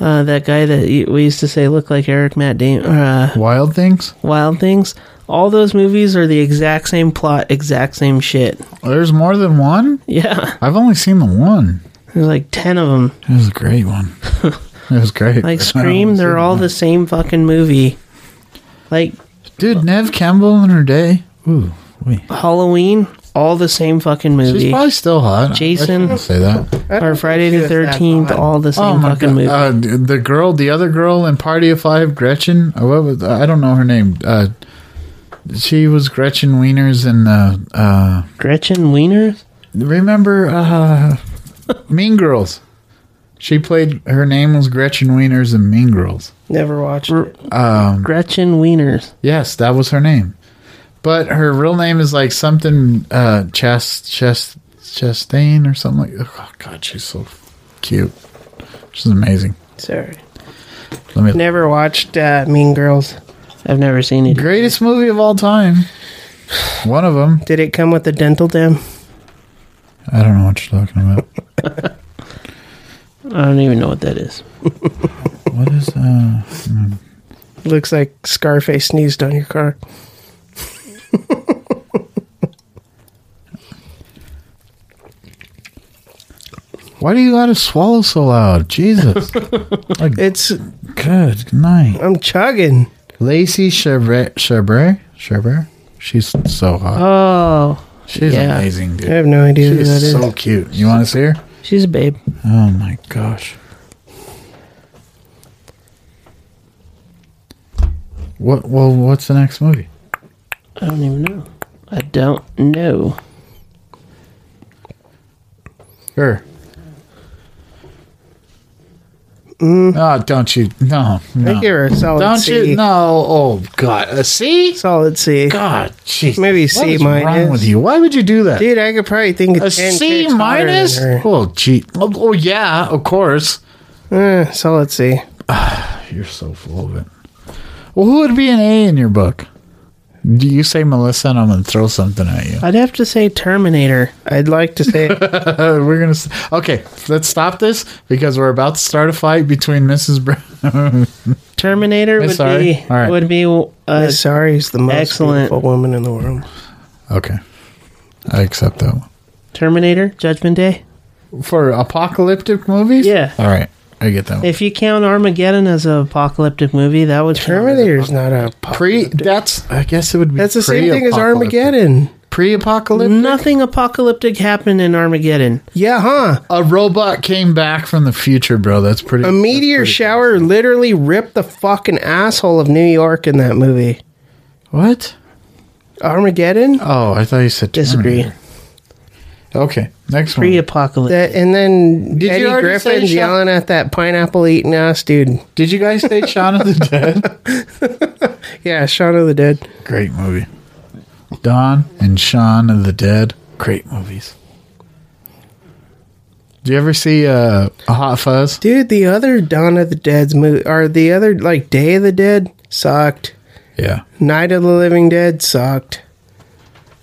Speaker 11: uh, that guy that y- we used to say looked like Eric Matt Damon? Uh,
Speaker 10: Wild Things.
Speaker 11: Wild Things. All those movies are the exact same plot, exact same shit.
Speaker 10: There's more than one.
Speaker 11: Yeah,
Speaker 10: I've only seen the one.
Speaker 11: there's like ten of them.
Speaker 10: It was a great one. It was great.
Speaker 11: Like
Speaker 10: I
Speaker 11: Scream,
Speaker 10: don't
Speaker 11: they're
Speaker 10: see
Speaker 11: all
Speaker 10: that.
Speaker 11: the same fucking movie. Like
Speaker 10: dude. Nev Campbell in her day. Ooh, wait.
Speaker 11: Halloween, all the same fucking
Speaker 10: She's
Speaker 11: movie.
Speaker 10: probably still hot. I-
Speaker 11: Jason.
Speaker 10: I shouldn't say that.
Speaker 11: Or Friday the Thirteenth, all the
Speaker 10: Oh
Speaker 11: same
Speaker 10: my
Speaker 11: fucking
Speaker 10: god!
Speaker 11: movie.
Speaker 10: Uh, d- the girl, the other girl in Party of Five, Gretchen. uh, What was I don't know her name. Uh, she was Gretchen Wieners in the. Uh,
Speaker 11: Gretchen Wieners.
Speaker 10: remember uh, Mean Girls? She played. Her name was Gretchen Wieners in Mean Girls.
Speaker 9: Never watched it.
Speaker 10: Um,
Speaker 11: Gretchen Wieners.
Speaker 10: yes, that was her name. But her real name is like something uh, Chast Chast Chastain or something like. Oh God, she's so cute. She's amazing.
Speaker 9: Sorry.
Speaker 10: Let me
Speaker 9: Never watched uh, Mean Girls.
Speaker 11: I've never seen it.
Speaker 10: Greatest movie of all time. One of them.
Speaker 9: Did it come with a dental dam?
Speaker 10: I don't know what you're talking about.
Speaker 11: I don't even know what that is.
Speaker 10: What is uh?
Speaker 9: Looks like Scarface sneezed on your car.
Speaker 10: Why do you gotta swallow so loud? Jesus. Like,
Speaker 9: It's
Speaker 10: good night.
Speaker 9: I'm chugging.
Speaker 10: Lacey Chabert. Chabert. Chabert. She's so hot.
Speaker 11: Oh,
Speaker 10: She's
Speaker 11: yeah.
Speaker 10: amazing,
Speaker 9: I
Speaker 10: dude.
Speaker 9: have no idea who that
Speaker 10: She's
Speaker 9: is.
Speaker 10: so cute. You want to see her?
Speaker 11: she's a babe.
Speaker 10: Oh my gosh. What? Well, what's the next movie?
Speaker 11: I don't even know. I don't know.
Speaker 10: Sure.
Speaker 9: Mm.
Speaker 10: Oh, don't you? No,
Speaker 9: I
Speaker 10: no.
Speaker 9: give her a solid
Speaker 10: Don't
Speaker 9: C.
Speaker 10: you? No. Oh God. A C?
Speaker 9: Solid C.
Speaker 10: God. Jeez.
Speaker 9: Maybe
Speaker 10: What
Speaker 9: C
Speaker 10: is
Speaker 9: minus.
Speaker 10: Wrong with you? Why would you do that?
Speaker 9: Dude, I could probably think of
Speaker 10: a
Speaker 9: 10
Speaker 10: C
Speaker 9: chicks hotter than
Speaker 10: minus?
Speaker 9: her.
Speaker 10: Oh gee. Oh, oh, yeah. Of course.
Speaker 9: Eh, solid C.
Speaker 10: You're so full of it. Well, who would be an A in your book? Do you say Melissa and I'm going to throw something at you?
Speaker 11: I'd have to say Terminator.
Speaker 10: I'd like to say Uh, we're going to Okay, let's stop this because we're about to start a fight between Mrs. Brown.
Speaker 11: Terminator
Speaker 10: Miss
Speaker 11: would
Speaker 10: Sari?
Speaker 11: be
Speaker 10: All right.
Speaker 11: would be uh,
Speaker 9: Miss Sari's the most
Speaker 11: excellent
Speaker 9: beautiful woman in the world.
Speaker 10: okay. I accept that one.
Speaker 11: Terminator Judgment Day
Speaker 10: for apocalyptic movies.
Speaker 11: Yeah.
Speaker 10: All right. I get that one.
Speaker 11: If you count Armageddon as an apocalyptic movie, that would
Speaker 9: Terminator's not a
Speaker 10: pre. That's I guess it would be
Speaker 9: That's the same thing as
Speaker 10: pre-apocalyptic.
Speaker 9: Armageddon.
Speaker 10: Pre-apocalyptic.
Speaker 11: Nothing apocalyptic happened in Armageddon.
Speaker 9: Yeah, huh?
Speaker 10: A robot came back from the future, bro. That's pretty.
Speaker 9: A meteor shower literally ripped the fucking asshole of New York in that movie.
Speaker 10: What?
Speaker 9: Armageddon?
Speaker 10: Oh, I thought you said
Speaker 9: Disagree.
Speaker 10: Terminator. Okay, next one.
Speaker 11: Pre-apocalyptic.
Speaker 9: That and then
Speaker 10: Did you
Speaker 9: Eddie
Speaker 10: already
Speaker 9: Griffin's
Speaker 10: say Shaun-
Speaker 9: yelling at that pineapple eating ass dude.
Speaker 10: Did you guys say Shaun of the Dead?
Speaker 9: Yeah, Shaun of the Dead.
Speaker 10: Great movie. Don and Shaun of the Dead. Great movies. Do you ever see uh, a Hot Fuzz?
Speaker 9: Dude, the other Dawn of the Dead's movie, or the other like Day of the Dead sucked.
Speaker 10: Yeah.
Speaker 9: Night of the Living Dead sucked.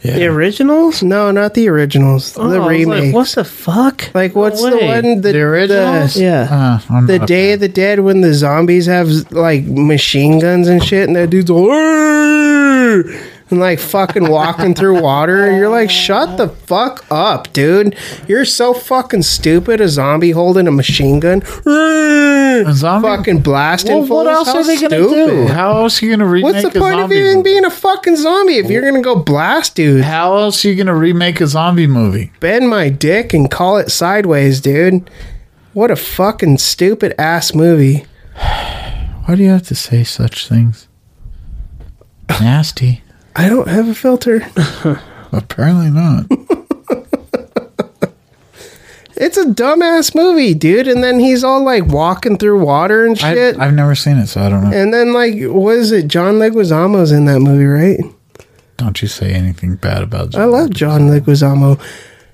Speaker 11: The originals?
Speaker 9: No, not the originals.
Speaker 11: Oh, I was
Speaker 9: the
Speaker 11: like,
Speaker 9: remake.
Speaker 11: what the fuck?
Speaker 9: Like, what's
Speaker 11: No
Speaker 9: the
Speaker 11: way.
Speaker 9: one? The,
Speaker 10: The originals?
Speaker 11: Yeah.
Speaker 10: Uh, I'm
Speaker 9: The
Speaker 10: not a
Speaker 9: Day of the Dead when the zombies have like machine guns and shit, and that dude's all, "Arr!" and like fucking walking through water, and you're like, shut the fuck up, dude! You're so fucking stupid. A zombie holding a machine gun, a
Speaker 10: zombie-
Speaker 9: fucking blasting.
Speaker 10: Well, what
Speaker 9: fools?
Speaker 10: else
Speaker 9: How
Speaker 10: are they going to
Speaker 9: stupid.
Speaker 10: do? How else are you going to remake
Speaker 9: What's the
Speaker 10: a
Speaker 9: point of
Speaker 10: zombie
Speaker 9: even
Speaker 10: movie?
Speaker 9: being a fucking zombie if you're gonna go blast dudes?
Speaker 10: How else are you going to remake a zombie movie?
Speaker 9: bend my dick and call it sideways, dude. What a fucking stupid ass movie.
Speaker 10: Why do you have to say such things? Nasty.
Speaker 9: I don't have a filter.
Speaker 10: Apparently not.
Speaker 9: It's a dumbass movie, dude. And then he's all like walking through water and shit.
Speaker 10: I, I've never seen it, so I don't know.
Speaker 9: and then like, what is it? John Leguizamo's in that movie, right?
Speaker 10: Don't you say anything bad about
Speaker 9: I
Speaker 10: John.
Speaker 9: love John Leguizamo.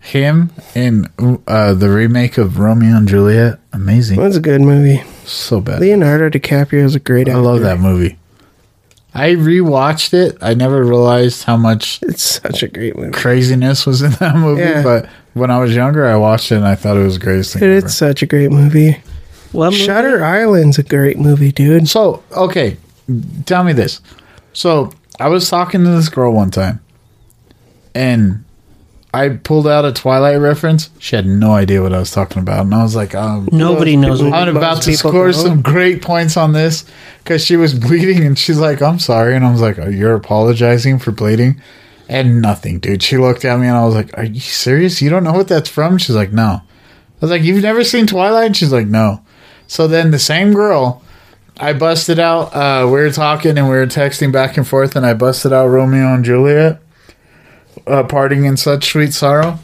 Speaker 10: him in uh, the remake of Romeo and Juliet. Amazing,
Speaker 9: That's a good movie.
Speaker 10: so bad.
Speaker 9: Leonardo DiCaprio is a great
Speaker 10: I
Speaker 9: actor.
Speaker 10: love that movie. I rewatched it. I never realized how much
Speaker 9: It's such a great movie.
Speaker 10: craziness was in that movie,
Speaker 9: Yeah.
Speaker 10: but when I was younger, I watched it and I thought it was the greatest thing.
Speaker 9: Dude,
Speaker 10: ever.
Speaker 9: it's such a great movie.
Speaker 11: What movie?
Speaker 9: Shutter Island's a great movie, dude.
Speaker 10: So, okay, tell me this. So, I was talking to this girl one time, and I pulled out a Twilight reference. She had no idea what I was talking about, and I was like, um,
Speaker 11: Nobody knows what
Speaker 10: I'm about
Speaker 9: Most
Speaker 10: to
Speaker 9: people
Speaker 10: score
Speaker 9: don't.
Speaker 10: some great points on this because she was bleeding, and she's like, "I'm sorry," and I was like, oh, "You're apologizing for bleeding." And nothing, dude. She looked at me and I was like, Are you serious? You don't know what that's from? She's like, No. I was like, You've never seen Twilight? She's like, No. So then the same girl I busted out. Uh, we were talking and we were texting back and forth, and I busted out Romeo and Juliet, uh, parting in such sweet sorrow.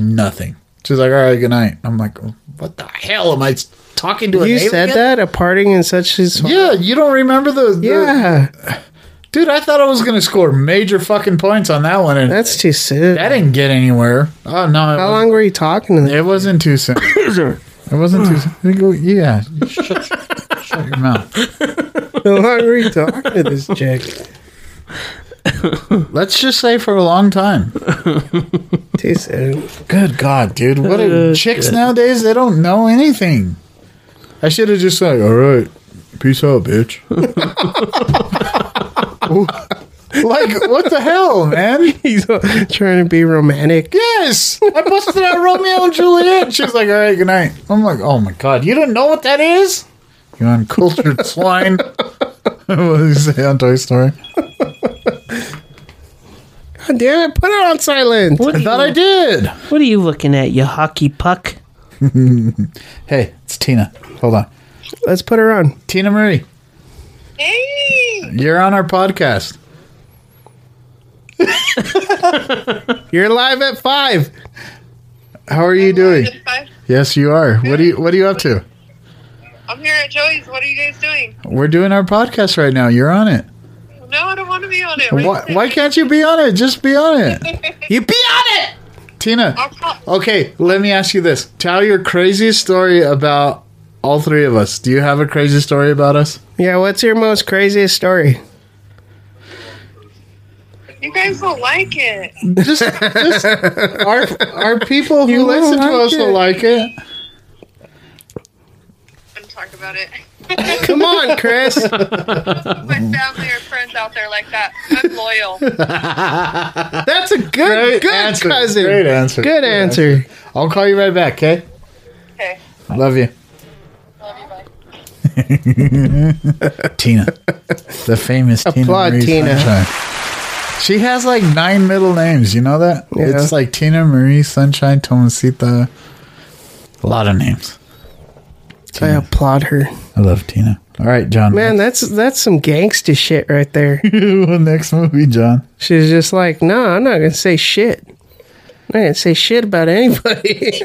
Speaker 10: Nothing. She's like, "All right, good night." I'm like, "What the hell am I s- talking to?" an
Speaker 9: You
Speaker 10: alien?"
Speaker 9: said that? A parting in such a
Speaker 10: Yeah, you don't remember the, the-
Speaker 9: Yeah,
Speaker 10: dude. I thought I was gonna score major fucking points on that one, and
Speaker 9: that's too soon.
Speaker 10: that didn't get anywhere. Oh no, it,
Speaker 9: How
Speaker 10: was,
Speaker 9: long were you talking to them?
Speaker 10: it wasn't too soon. it wasn't too soon. I think it- Yeah, shut, shut your mouth.
Speaker 9: How long were you talking to this chick?
Speaker 10: Let's just say for a long time.
Speaker 9: Too soon.
Speaker 10: Good God, dude. What are chicks nowadays? They don't know anything. I should have just said, all right, peace out, bitch. like, what the hell, man?
Speaker 9: He's all trying to be romantic.
Speaker 10: Yes, I busted out Romeo and Juliet. She was like, all right, good night. I'm like, oh my God, you don't know what that is? You uncultured swine. what did he say on Toy Story?
Speaker 9: God damn it! Put it on silent.
Speaker 10: I thought I did.
Speaker 11: What are you looking at, you hockey puck?
Speaker 10: Hey, it's Tina. Hold on.
Speaker 9: Let's put her on.
Speaker 10: Tina Marie. Hey. You're on our podcast.
Speaker 9: You're live at five.
Speaker 10: How are you doing? Yes, you are. What are you What are you up to?
Speaker 14: I'm here at Joey's. What are you guys doing?
Speaker 10: We're doing our podcast right now. You're on it.
Speaker 14: No, I don't want to be on it.
Speaker 10: Why, why can't you be on it? Just be on it,
Speaker 9: You be on it.
Speaker 10: Tina.
Speaker 14: can't?
Speaker 10: Okay, let me ask you this. Tell your craziest story about all three of us. Do you have a crazy story about us?
Speaker 9: Yeah. What's your most craziest story?
Speaker 14: You guys will like it.
Speaker 10: Just, just our our people who
Speaker 14: You don't
Speaker 10: listen to
Speaker 14: like
Speaker 10: us will
Speaker 14: it.
Speaker 10: like it.
Speaker 14: And talk about it.
Speaker 9: Come on, Chris.
Speaker 14: My family or friends out there like that. I'm loyal.
Speaker 9: That's a good,
Speaker 10: good answer.
Speaker 9: cousin.
Speaker 10: Great answer.
Speaker 9: Good answer.
Speaker 10: I'll call you right back. Okay.
Speaker 14: Okay.
Speaker 10: Love you. Tina, the famous
Speaker 9: Applaud,
Speaker 10: Tina. Marie
Speaker 9: Tina.
Speaker 10: Sunshine. She has like nine middle names. You know that?
Speaker 9: Yeah.
Speaker 10: It's like Tina Marie Sunshine Tomasita. A lot of names.
Speaker 9: I applaud her.
Speaker 10: I love Tina. All right, John.
Speaker 9: Man, that's that's some gangsta shit right there.
Speaker 10: next movie, John.
Speaker 9: She's just like, no, I'm not gonna say shit. I didn't say shit about anybody.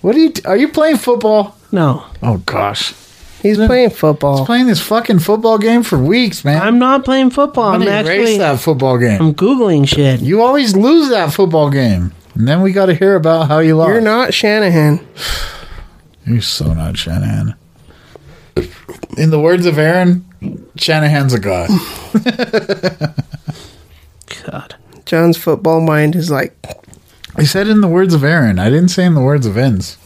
Speaker 10: what are you? Are you playing football?
Speaker 11: No.
Speaker 10: Oh gosh.
Speaker 9: He's playing football.
Speaker 10: He's playing this fucking football game for weeks, man.
Speaker 11: I'm not playing football.
Speaker 10: I'm
Speaker 11: I'm
Speaker 10: gonna erase
Speaker 11: actually
Speaker 10: that football game.
Speaker 11: I'm googling shit.
Speaker 10: You always lose that football game, and then we got to hear about how you lost. You're
Speaker 9: not Shanahan.
Speaker 10: You're so not Shanahan. In the words of Aaron, Shanahan's a god.
Speaker 9: John's football mind is like.
Speaker 10: I said in the words of Aaron. I didn't say in the words of Ends.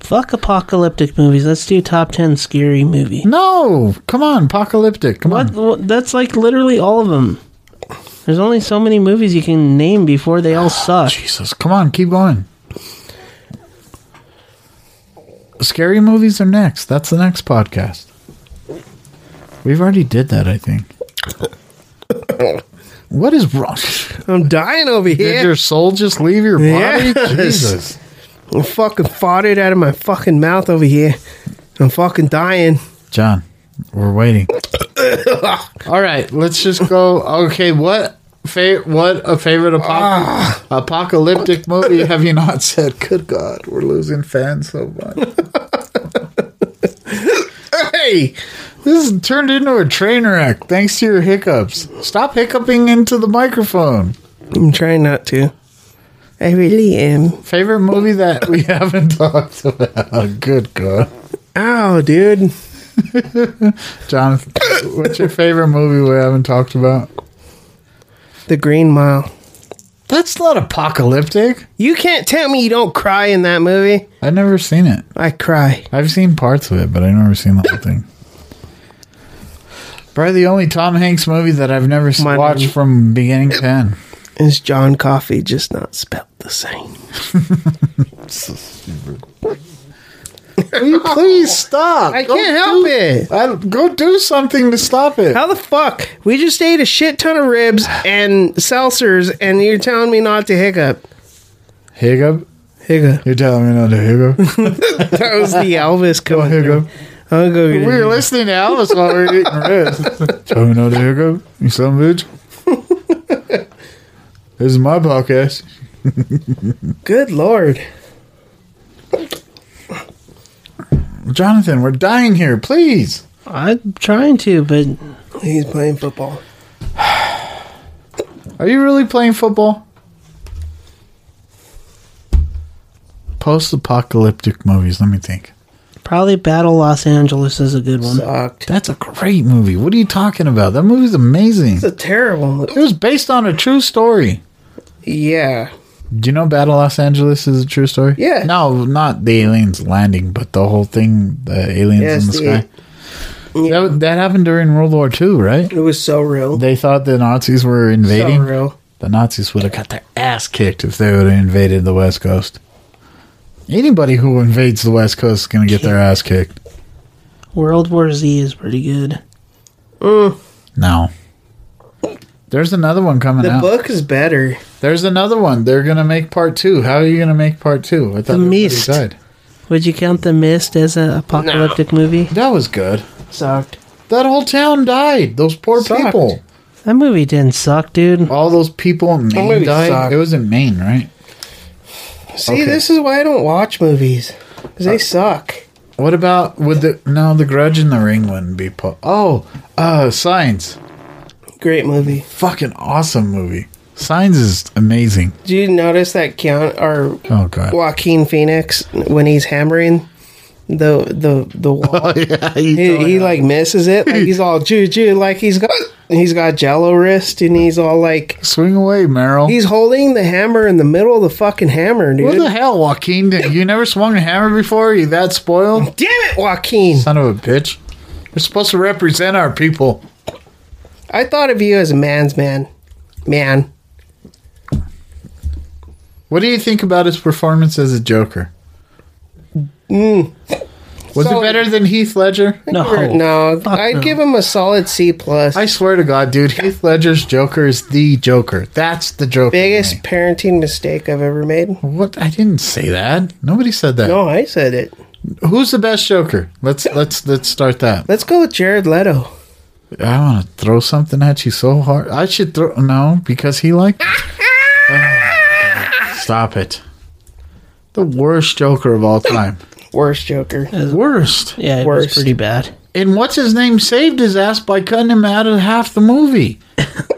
Speaker 11: Fuck apocalyptic movies. Let's do top ten scary movie.
Speaker 10: No, come on, apocalyptic. Come
Speaker 11: on. that's like literally all of them. There's only so many movies you can name before they all suck.
Speaker 10: Jesus, come on, keep going. Scary movies are next. That's the next podcast. We've already did that, I think. What is wrong?
Speaker 9: I'm dying over here.
Speaker 10: Did your soul just leave your body?
Speaker 9: Yes.
Speaker 10: Jesus.
Speaker 9: I fucking farted out of my fucking mouth over here. I'm fucking dying.
Speaker 10: John, we're waiting. All right, let's just go. Okay, what fa- what a favorite apoc- apocalyptic movie have you not said? Good God, we're losing fans so much. hey, this has turned into a train wreck thanks to your hiccups. Stop hiccuping into the microphone.
Speaker 9: I'm trying not to. I really am.
Speaker 10: Favorite movie that we haven't talked about. Good God.
Speaker 9: Ow, dude.
Speaker 10: Jonathan, what's your favorite movie we haven't talked about?
Speaker 9: The Green Mile.
Speaker 10: That's not apocalyptic.
Speaker 9: You can't tell me you don't cry in that movie.
Speaker 10: I've never seen it.
Speaker 9: I cry.
Speaker 10: I've seen parts of it, but I've never seen the whole thing. Probably the only Tom Hanks movie that I've never s- watched from beginning to end.
Speaker 9: Is John Coffey just not spelled the same?
Speaker 10: so stupid. Will you please stop?
Speaker 9: I can't help it.
Speaker 10: I, go do something to stop it.
Speaker 9: How the fuck? We just ate a shit ton of ribs and seltzers, and you're telling me not to hiccup.
Speaker 10: Hiccup?
Speaker 9: Hiccup.
Speaker 10: You're telling me not to hiccup?
Speaker 9: That was the Elvis coming.
Speaker 10: hiccup.
Speaker 9: I'll go get
Speaker 10: we
Speaker 9: it.
Speaker 10: were listening to Elvis while we were eating ribs. Tell me not to hiccup, you son of a bitch. this is my podcast.
Speaker 9: Good lord.
Speaker 10: Jonathan, we're dying here, please.
Speaker 11: I'm trying to, but
Speaker 9: he's playing football.
Speaker 10: Are you really playing football? Post apocalyptic movies, let me think.
Speaker 11: Probably Battle Los Angeles is a good one.
Speaker 10: That's a great movie. What are you talking about? That movie's amazing.
Speaker 9: It's a terrible movie.
Speaker 10: It was based on a true story.
Speaker 9: Yeah.
Speaker 10: Do you know Battle Los Angeles is a true story?
Speaker 9: Yeah.
Speaker 10: No, not the aliens landing, but the whole thing, the aliens
Speaker 9: Yes,
Speaker 10: in the
Speaker 9: the-
Speaker 10: sky. That, that happened during World War II, right?
Speaker 9: It was so real.
Speaker 10: They thought the Nazis were invading.
Speaker 9: So real.
Speaker 10: The Nazis would have got their ass kicked if they would have invaded the West Coast. Anybody who invades the West Coast is going to get their ass kicked.
Speaker 11: World War Z is pretty good.
Speaker 10: No. There's another one coming
Speaker 9: The
Speaker 10: out.
Speaker 9: book is better.
Speaker 10: There's another one. They're going to make part two. How are you going to make part two? I thought the
Speaker 11: Mist. Would you count The Mist as an apocalyptic movie?
Speaker 10: That was good.
Speaker 11: Sucked.
Speaker 10: That whole town died. Those poor people.
Speaker 11: That movie didn't suck, dude.
Speaker 10: All those people in Maine
Speaker 9: movie
Speaker 10: died.
Speaker 9: sucked.
Speaker 10: It was in Maine, right?
Speaker 9: See,
Speaker 10: Okay. Uh,
Speaker 9: this is why I don't watch movies. 'cause they suck.
Speaker 10: What about would the no the Grudge in the Ring wouldn't be po- oh uh Signs
Speaker 9: Great movie.
Speaker 10: fucking awesome movie Signs is amazing
Speaker 9: Did you notice that count or
Speaker 10: oh god
Speaker 9: Joaquin Phoenix when he's hammering the the the wall.
Speaker 10: Oh, he
Speaker 9: he like misses it. Like he's all Jew Jew. Like he's got he's got Jello wrist and he's all like
Speaker 10: swing away, Merrill.
Speaker 9: He's holding the hammer in the middle of the fucking hammer, dude.
Speaker 10: What the hell, Joaquin? You never swung a hammer before? You that spoiled?
Speaker 9: Damn it, Joaquin!
Speaker 10: Son of a bitch! We're supposed to represent our people.
Speaker 9: I thought of you as a man's man, man.
Speaker 10: What do you think about his performance as a Joker?
Speaker 9: Mm.
Speaker 10: Was
Speaker 9: So-
Speaker 10: it better than Heath Ledger?
Speaker 9: no. I'd give him a solid C plus.
Speaker 10: Oh, I swear to God, dude, Heath Ledger's Joker is the Joker. That's the Joker.
Speaker 9: Biggest parenting mistake I've ever made.
Speaker 10: What? I didn't say that. Nobody said that.
Speaker 9: No, I said it.
Speaker 10: Who's the best Joker? Let's let's let's start that.
Speaker 9: Let's go with Jared Leto.
Speaker 10: I want to throw something at you so hard. I should throw no because he liked. Ah, Stop it. The worst Joker of all time.
Speaker 9: Worst Joker.
Speaker 10: Worst.
Speaker 13: Yeah, it was
Speaker 10: Worst.
Speaker 13: pretty bad.
Speaker 10: And what's his name saved his ass by cutting him out of half the movie.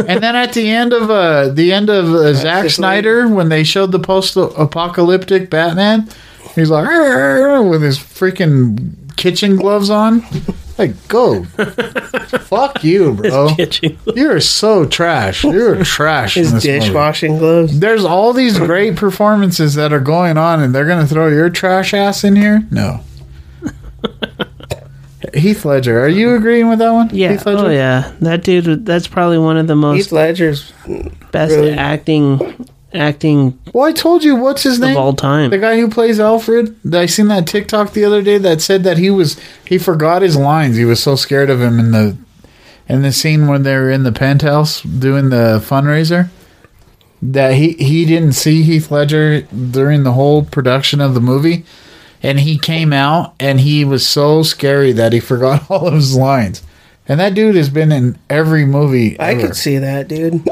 Speaker 10: and then at the end of uh the end of uh, Zack Snyder when they showed the post apocalyptic Batman, he's like "Arr," with his freaking kitchen gloves on. Like go. Fuck you, bro. You're so trash. You're trash.
Speaker 9: His
Speaker 10: in this movie.
Speaker 9: dishwashing gloves.
Speaker 10: There's all these great performances that are going on, and they're gonna throw your trash ass in here? No. Heath Ledger, are you agreeing with that one?
Speaker 13: Yeah.
Speaker 10: Heath Ledger?
Speaker 13: Oh yeah. That dude. That's probably one of the most.
Speaker 9: Heath Ledger's
Speaker 13: best
Speaker 9: really-
Speaker 13: acting. Acting.
Speaker 10: Well, I told you what's his name
Speaker 13: of all time.
Speaker 10: The guy who plays Alfred. I seen that TikTok the other day that said that he was he forgot his lines. He was so scared of him in the in the scene when they were in the penthouse doing the fundraiser that he he didn't see Heath Ledger during the whole production of the movie. And he came out and he was so scary that he forgot all of his lines. And that dude has been in every movie.
Speaker 9: I
Speaker 10: ever.
Speaker 9: could see that, dude.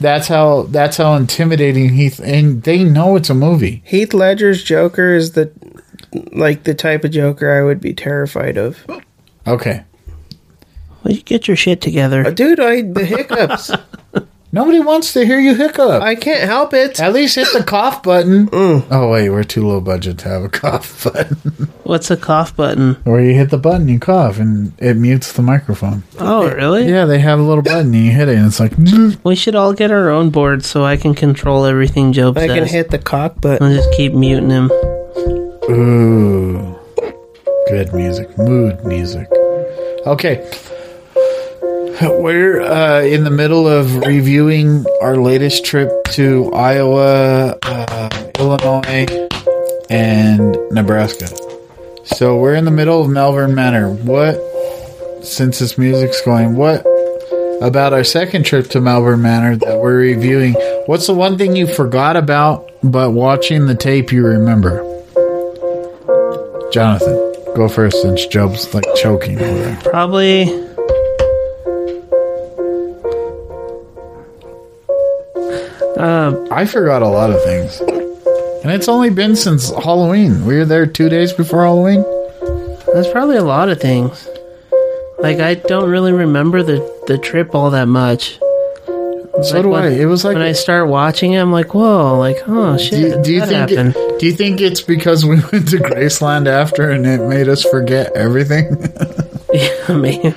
Speaker 10: That's how that's how intimidating Heath and they know it's a movie.
Speaker 9: Heath Ledger's Joker is the like the type of Joker I would be terrified of. Uh,
Speaker 10: Okay.
Speaker 13: Well, you get your shit together.
Speaker 9: Dude, I the hiccups.
Speaker 10: Nobody wants to hear you hiccup.
Speaker 9: I can't help it.
Speaker 10: At least hit the cough button. Oh wait, we're too low budget to have a cough button.
Speaker 13: What's a cough button?
Speaker 10: Where you hit the button, you cough, and it mutes the microphone.
Speaker 13: Oh, really?
Speaker 10: Yeah, they have a little button, and you hit it, and it's like.
Speaker 13: We should all get our own board so I can control everything Joe
Speaker 9: I
Speaker 13: says.
Speaker 9: can hit the cock button.
Speaker 13: I'll just keep muting him.
Speaker 10: Ooh, good music, mood music. Okay, we're uh, in the middle of reviewing our latest trip to Iowa, uh, Illinois, and Nebraska. So we're in the middle of Malvern Manor. What, since this music's going, what about our second trip to Malvern Manor that we're reviewing? What's the one thing you forgot about, but watching the tape you remember? Jonathan, go first since Job's like choking over there.
Speaker 13: Probably. Uh,
Speaker 10: I forgot a lot of things. And it's only been since Halloween. We were there two days before Halloween.
Speaker 13: That's probably a lot of things. Like I don't really remember the the trip all that much.
Speaker 10: So do I. It was like-
Speaker 13: when I start watching it, I'm like, whoa, like oh shit.
Speaker 10: do, do you
Speaker 13: that
Speaker 10: think
Speaker 13: happened.
Speaker 10: it, do you think it's because we went to Graceland after and it made us forget everything?
Speaker 13: maybe.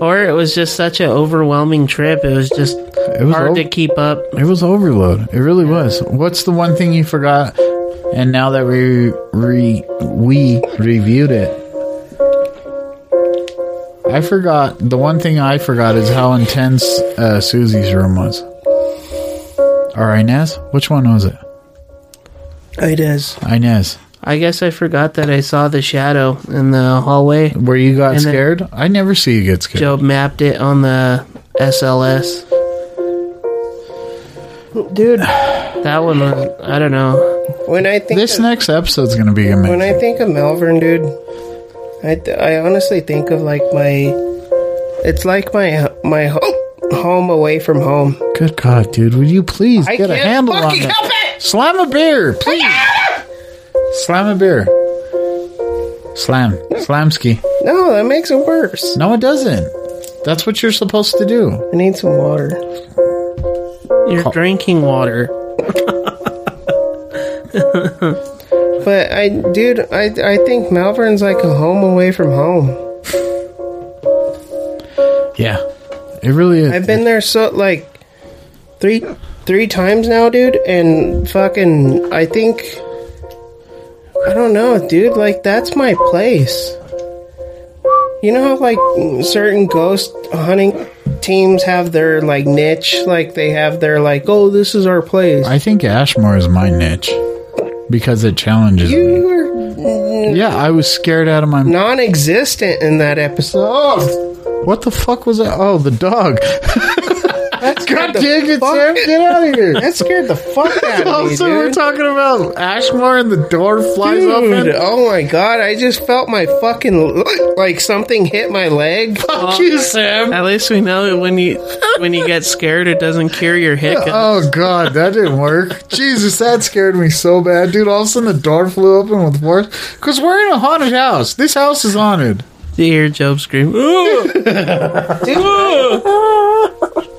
Speaker 13: or it was just such an overwhelming trip. It was just
Speaker 10: was
Speaker 13: hard
Speaker 10: o-
Speaker 13: to keep up.
Speaker 10: It was overload. It really was. What's the one thing you forgot? And now that we re we reviewed it, I forgot the one thing I forgot is how intense uh, Susie's room was. All right, Inez, which one was it?
Speaker 9: It is.
Speaker 10: Inez,
Speaker 13: I guess I forgot that I saw the shadow in the hallway.
Speaker 10: where you got
Speaker 13: And then-
Speaker 10: scared? I never see you get scared.
Speaker 13: Joe mapped it on the SLS.
Speaker 9: Dude,
Speaker 13: That one was I don't know.
Speaker 9: when I think
Speaker 10: This
Speaker 9: of,
Speaker 10: next episode's gonna be amazing.
Speaker 9: when I think of Malvern, dude, I, th- I honestly think of like my it's like my my ho- home away from home.
Speaker 10: Good God, dude! Would you please
Speaker 9: I
Speaker 10: get a
Speaker 9: can't
Speaker 10: handle on
Speaker 9: fucking
Speaker 10: that?
Speaker 9: help it!
Speaker 10: Slam a beer, please. Slam a beer. Slam. Slamski.
Speaker 9: No, that makes it worse.
Speaker 10: No, it doesn't. That's what you're supposed to do.
Speaker 9: I need some water.
Speaker 13: You're drinking water.
Speaker 9: But I, dude, I, I think Malvern's like a home away from home.
Speaker 10: Yeah. It really is.
Speaker 9: I've been there so like three, three times now, dude, and fucking, I think, I don't know, dude. Like that's my place. You know how like certain ghost hunting teams have their like niche, like they have their like, oh, this is our place.
Speaker 10: I think Ashmore is my niche because it challenges me.
Speaker 9: You were
Speaker 10: Yeah, I was scared out of my
Speaker 9: non-existent in that episode.
Speaker 10: What the fuck was that? Oh, the dog.
Speaker 9: That's
Speaker 10: God dang it, Sam, get out of here.
Speaker 9: That scared the fuck out of me,
Speaker 10: Also,
Speaker 9: dude.
Speaker 10: we're talking about Ashmore and the door flies
Speaker 9: Dude,
Speaker 10: open.
Speaker 9: Oh my god, I just felt my fucking like something hit my leg.
Speaker 10: Fuck you, Sam.
Speaker 11: At least we know that when you when you get scared, it doesn't cure your hiccup.
Speaker 10: Oh god, that didn't work. Jesus, that scared me so bad, dude. All of a sudden, the door flew open with force because we're in a haunted house. This house is haunted.
Speaker 11: Do you hear Job scream?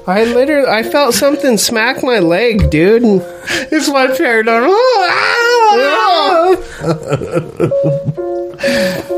Speaker 9: I literally I felt something smack my leg, dude.
Speaker 10: It's my
Speaker 9: Ah!
Speaker 10: paranormal.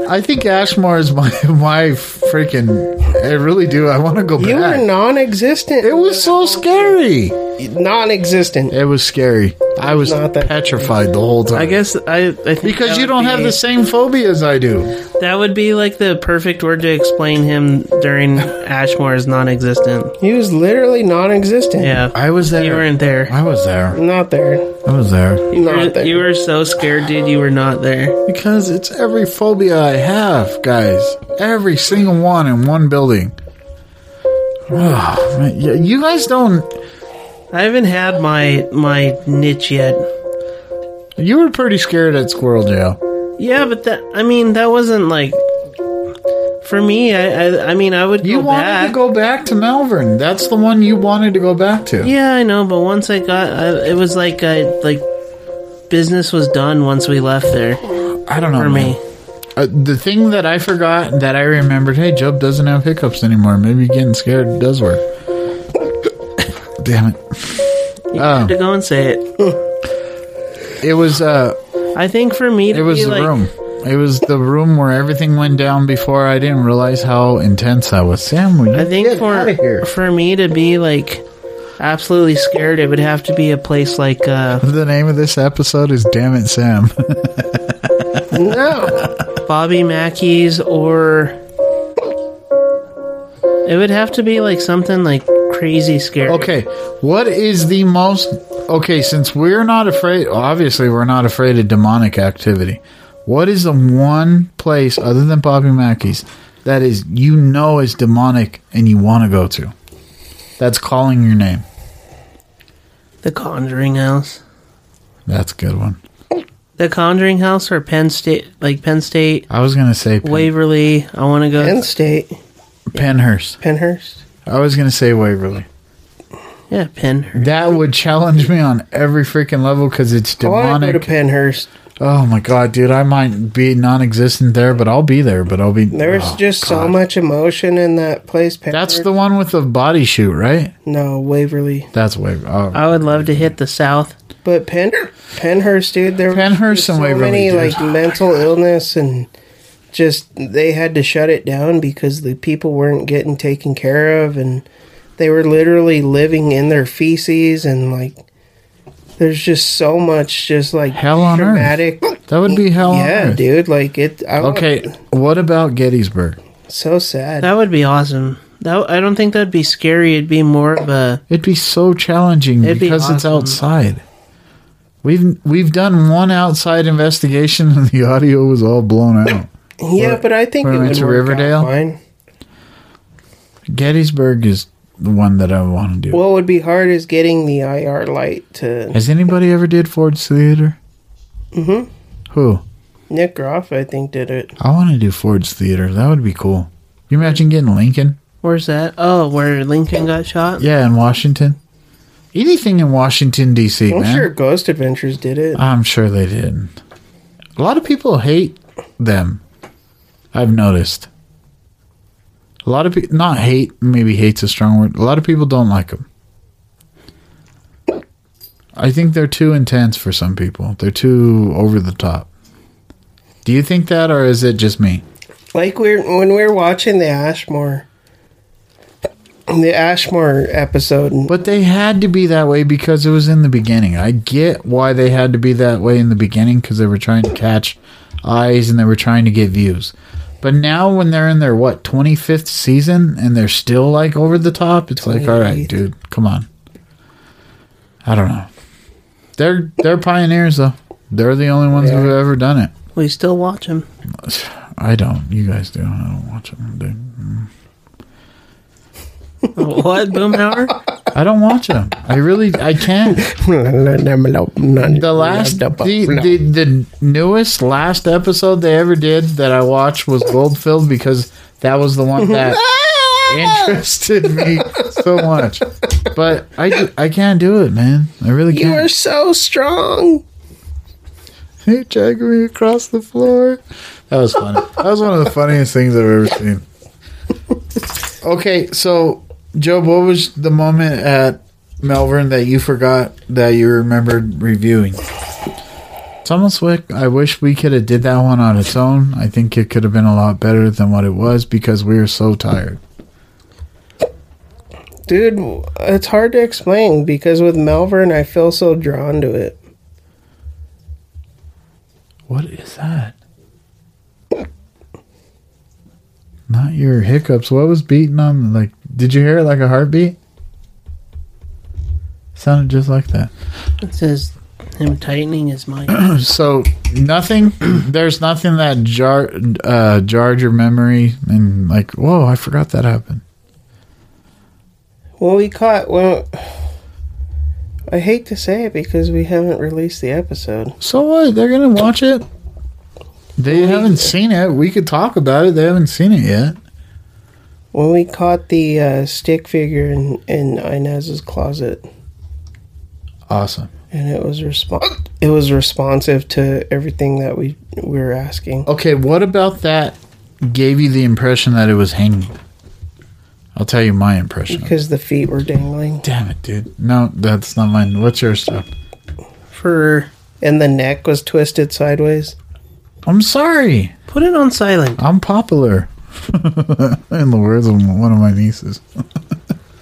Speaker 10: I think Ashmore is my my freaking. I really do. I want to go
Speaker 9: You were
Speaker 10: back.
Speaker 9: non-existent.
Speaker 10: It was so scary.
Speaker 9: Non-existent.
Speaker 10: It was scary. I was
Speaker 9: Not that-
Speaker 10: petrified the whole time.
Speaker 11: I guess I, I think
Speaker 10: because
Speaker 11: that
Speaker 10: you
Speaker 11: would
Speaker 10: don't have
Speaker 11: be-
Speaker 10: the same phobia as I do.
Speaker 11: That would be like the perfect word to explain him during Ashmore's non-existent.
Speaker 9: He was literally non-existent.
Speaker 11: Yeah,
Speaker 10: I was there.
Speaker 11: You weren't there.
Speaker 10: I was there.
Speaker 9: Not there.
Speaker 10: I was there.
Speaker 11: You
Speaker 9: Not
Speaker 11: were,
Speaker 9: there.
Speaker 11: you were so scared, dude. You were not there.
Speaker 10: Because it's every phobia I have, guys. Every single one in one building. Oh, man. Y- You guys don't.
Speaker 11: I haven't had my my niche yet.
Speaker 10: You were pretty scared at squirrel jail.
Speaker 11: Yeah, but that I mean that wasn't like for me. I I, I mean I would
Speaker 10: You
Speaker 11: go
Speaker 10: wanted
Speaker 11: back.
Speaker 10: to go back to Malvern. That's the one you wanted to go back to.
Speaker 11: Yeah, I know, but once I got, I, it was like I like business was done once we left there
Speaker 10: I don't know.
Speaker 11: for
Speaker 10: man.
Speaker 11: me.
Speaker 10: Uh, the thing that I forgot that I remembered, hey, Job doesn't have hiccups anymore. Maybe getting scared does work. Damn it.
Speaker 11: You
Speaker 10: Oh.
Speaker 11: had to go and say it.
Speaker 10: It was uh
Speaker 11: I think for me, to
Speaker 10: it was
Speaker 11: be
Speaker 10: the
Speaker 11: like,
Speaker 10: room. It was the room where everything went down before I didn't realize how intense that was. Sam, will you
Speaker 11: I think
Speaker 10: get outta
Speaker 11: for
Speaker 10: here?
Speaker 11: for me to be like absolutely scared, it would have to be a place like uh,
Speaker 10: The name of this episode is Damn It Sam.
Speaker 11: Bobby Mackey's or. It would have to be like something like crazy scary.
Speaker 10: okay. What is the most okay, since we're not afraid obviously we're not afraid of demonic activity. What is the one place other than Bobby Mackey's that is you know is demonic and you want to go to? That's calling your name.
Speaker 11: The Conjuring House.
Speaker 10: That's a good one.
Speaker 11: The Conjuring House or Penn State, like Penn State,
Speaker 10: I was gonna say Pen-
Speaker 11: Waverly. I want to go.
Speaker 9: Penn State.
Speaker 10: Penhurst.
Speaker 9: Penhurst.
Speaker 10: I was gonna say Waverly.
Speaker 11: Yeah, Penn.
Speaker 10: That would challenge me on every freaking level because it's
Speaker 9: Oh, I want to go
Speaker 10: demonic.
Speaker 9: to Penhurst.
Speaker 10: oh my god, dude! I might be non-existent there, but I'll be there. But I'll be
Speaker 9: There's
Speaker 10: oh,
Speaker 9: just so
Speaker 10: God.
Speaker 9: much emotion in that place. Penhurst.
Speaker 10: That's the one with the body shoot, right?
Speaker 9: no Waverly,
Speaker 10: That's Waverly. Oh.
Speaker 11: I would love to hit the South.
Speaker 9: but Pen Penhurst, dude. There
Speaker 10: Penhurst
Speaker 9: there's
Speaker 10: and Waverly,
Speaker 9: many
Speaker 10: dude.
Speaker 9: like mental illness and just they had to shut it down because the people weren't getting taken care of and they were literally living in their feces and like there's just so much just like
Speaker 10: Hell on earth.
Speaker 9: traumatic.
Speaker 10: That would be hell. on
Speaker 9: Yeah,
Speaker 10: earth.
Speaker 9: dude. Like it. I want-
Speaker 10: Okay, what about Gettysburg?
Speaker 9: So sad.
Speaker 11: That would be awesome. That I don't think that'd be scary. It'd be more of a.
Speaker 10: It'd be so challenging
Speaker 11: It'd be
Speaker 10: because it's
Speaker 11: awesome.
Speaker 10: outside. We've we've done one outside investigation and the audio was all blown out.
Speaker 9: yeah, but I think
Speaker 10: we're
Speaker 9: it would
Speaker 10: into
Speaker 9: work
Speaker 10: Riverdale?
Speaker 9: Out fine.
Speaker 10: Gettysburg is the one that I want to do.
Speaker 9: What would be hard is getting the IR light to
Speaker 10: Has anybody ever did Ford's Theater? Mm-hmm. Who?
Speaker 9: Nick Groff. I think did it.
Speaker 10: I want to do Ford's Theater. That would be cool. You imagine getting Lincoln?
Speaker 11: Where's that? Oh, where Lincoln got shot.
Speaker 10: Yeah, in Washington. Anything in Washington D.C.
Speaker 9: I'm
Speaker 10: man.
Speaker 9: sure Ghost Adventures did it.
Speaker 10: I'm sure they didn't. A lot of people hate them. I've noticed. A lot of people, not hate, maybe hate's a strong word. A lot of people don't like them. I think they're too intense for some people. They're too over the top. Do you think that, or is it just me?
Speaker 9: Like we're when we we're watching the Ashmore, the Ashmore episode.
Speaker 10: But they had to be that way because it was in the beginning. I get why they had to be that way in the beginning because they were trying to catch eyes and they were trying to get views. But now, when they're in their what twenty fifth season and they're still like over the top, it's like, all right, dude, come on. I don't know. They're they're pioneers though. They're the only ones who've ever done it.
Speaker 11: We still watch them.
Speaker 10: I don't. You guys do. I don't watch them, dude.
Speaker 11: what, Boomhauer?
Speaker 10: I don't watch them. I really, I can't. the last, the, the, the newest last episode they ever did that I watched was Goldfield because that was the one that interested me so much. But I, ju- I can't do it, man. I really
Speaker 9: You
Speaker 10: can't.
Speaker 9: are so strong.
Speaker 10: Hey, dragging me across the floor. That was funny. that was one of the funniest things I've ever seen. Okay, so Job, what was the moment at Melbourne that you forgot that you remembered reviewing? It's almost like I wish we could have did that one on its own. I think it could have been a lot better than what it was because we were so tired.
Speaker 9: Dude, it's hard to explain because with Melvern, I feel so drawn to it.
Speaker 10: What is that? Not your hiccups. What was beating on? Like, did you hear it like a heartbeat? Sounded just like that.
Speaker 11: It says him tightening his mind.
Speaker 10: so nothing. There's nothing that jar uh, jarred your memory and like, whoa, I forgot that happened.
Speaker 9: Well, we caught. Well, I hate to say it because we haven't released the episode.
Speaker 10: So what? They're gonna watch it. They haven't seen it. We could talk about it. They haven't seen it yet.
Speaker 9: When we caught the uh, stick figure in, in Inez's closet,
Speaker 10: Awesome.
Speaker 9: and it was respon it was responsive to everything that we we were asking.
Speaker 10: Okay, what about that gave you the impression that it was hanging? I'll tell you my impression.
Speaker 9: Because the feet were dangling.
Speaker 10: Damn it, dude. No, that's not mine. What's yours, Joe?
Speaker 9: For and the neck was twisted sideways.
Speaker 10: I'm sorry.
Speaker 11: Put it on silent.
Speaker 10: I'm popular. In the words of one of my nieces.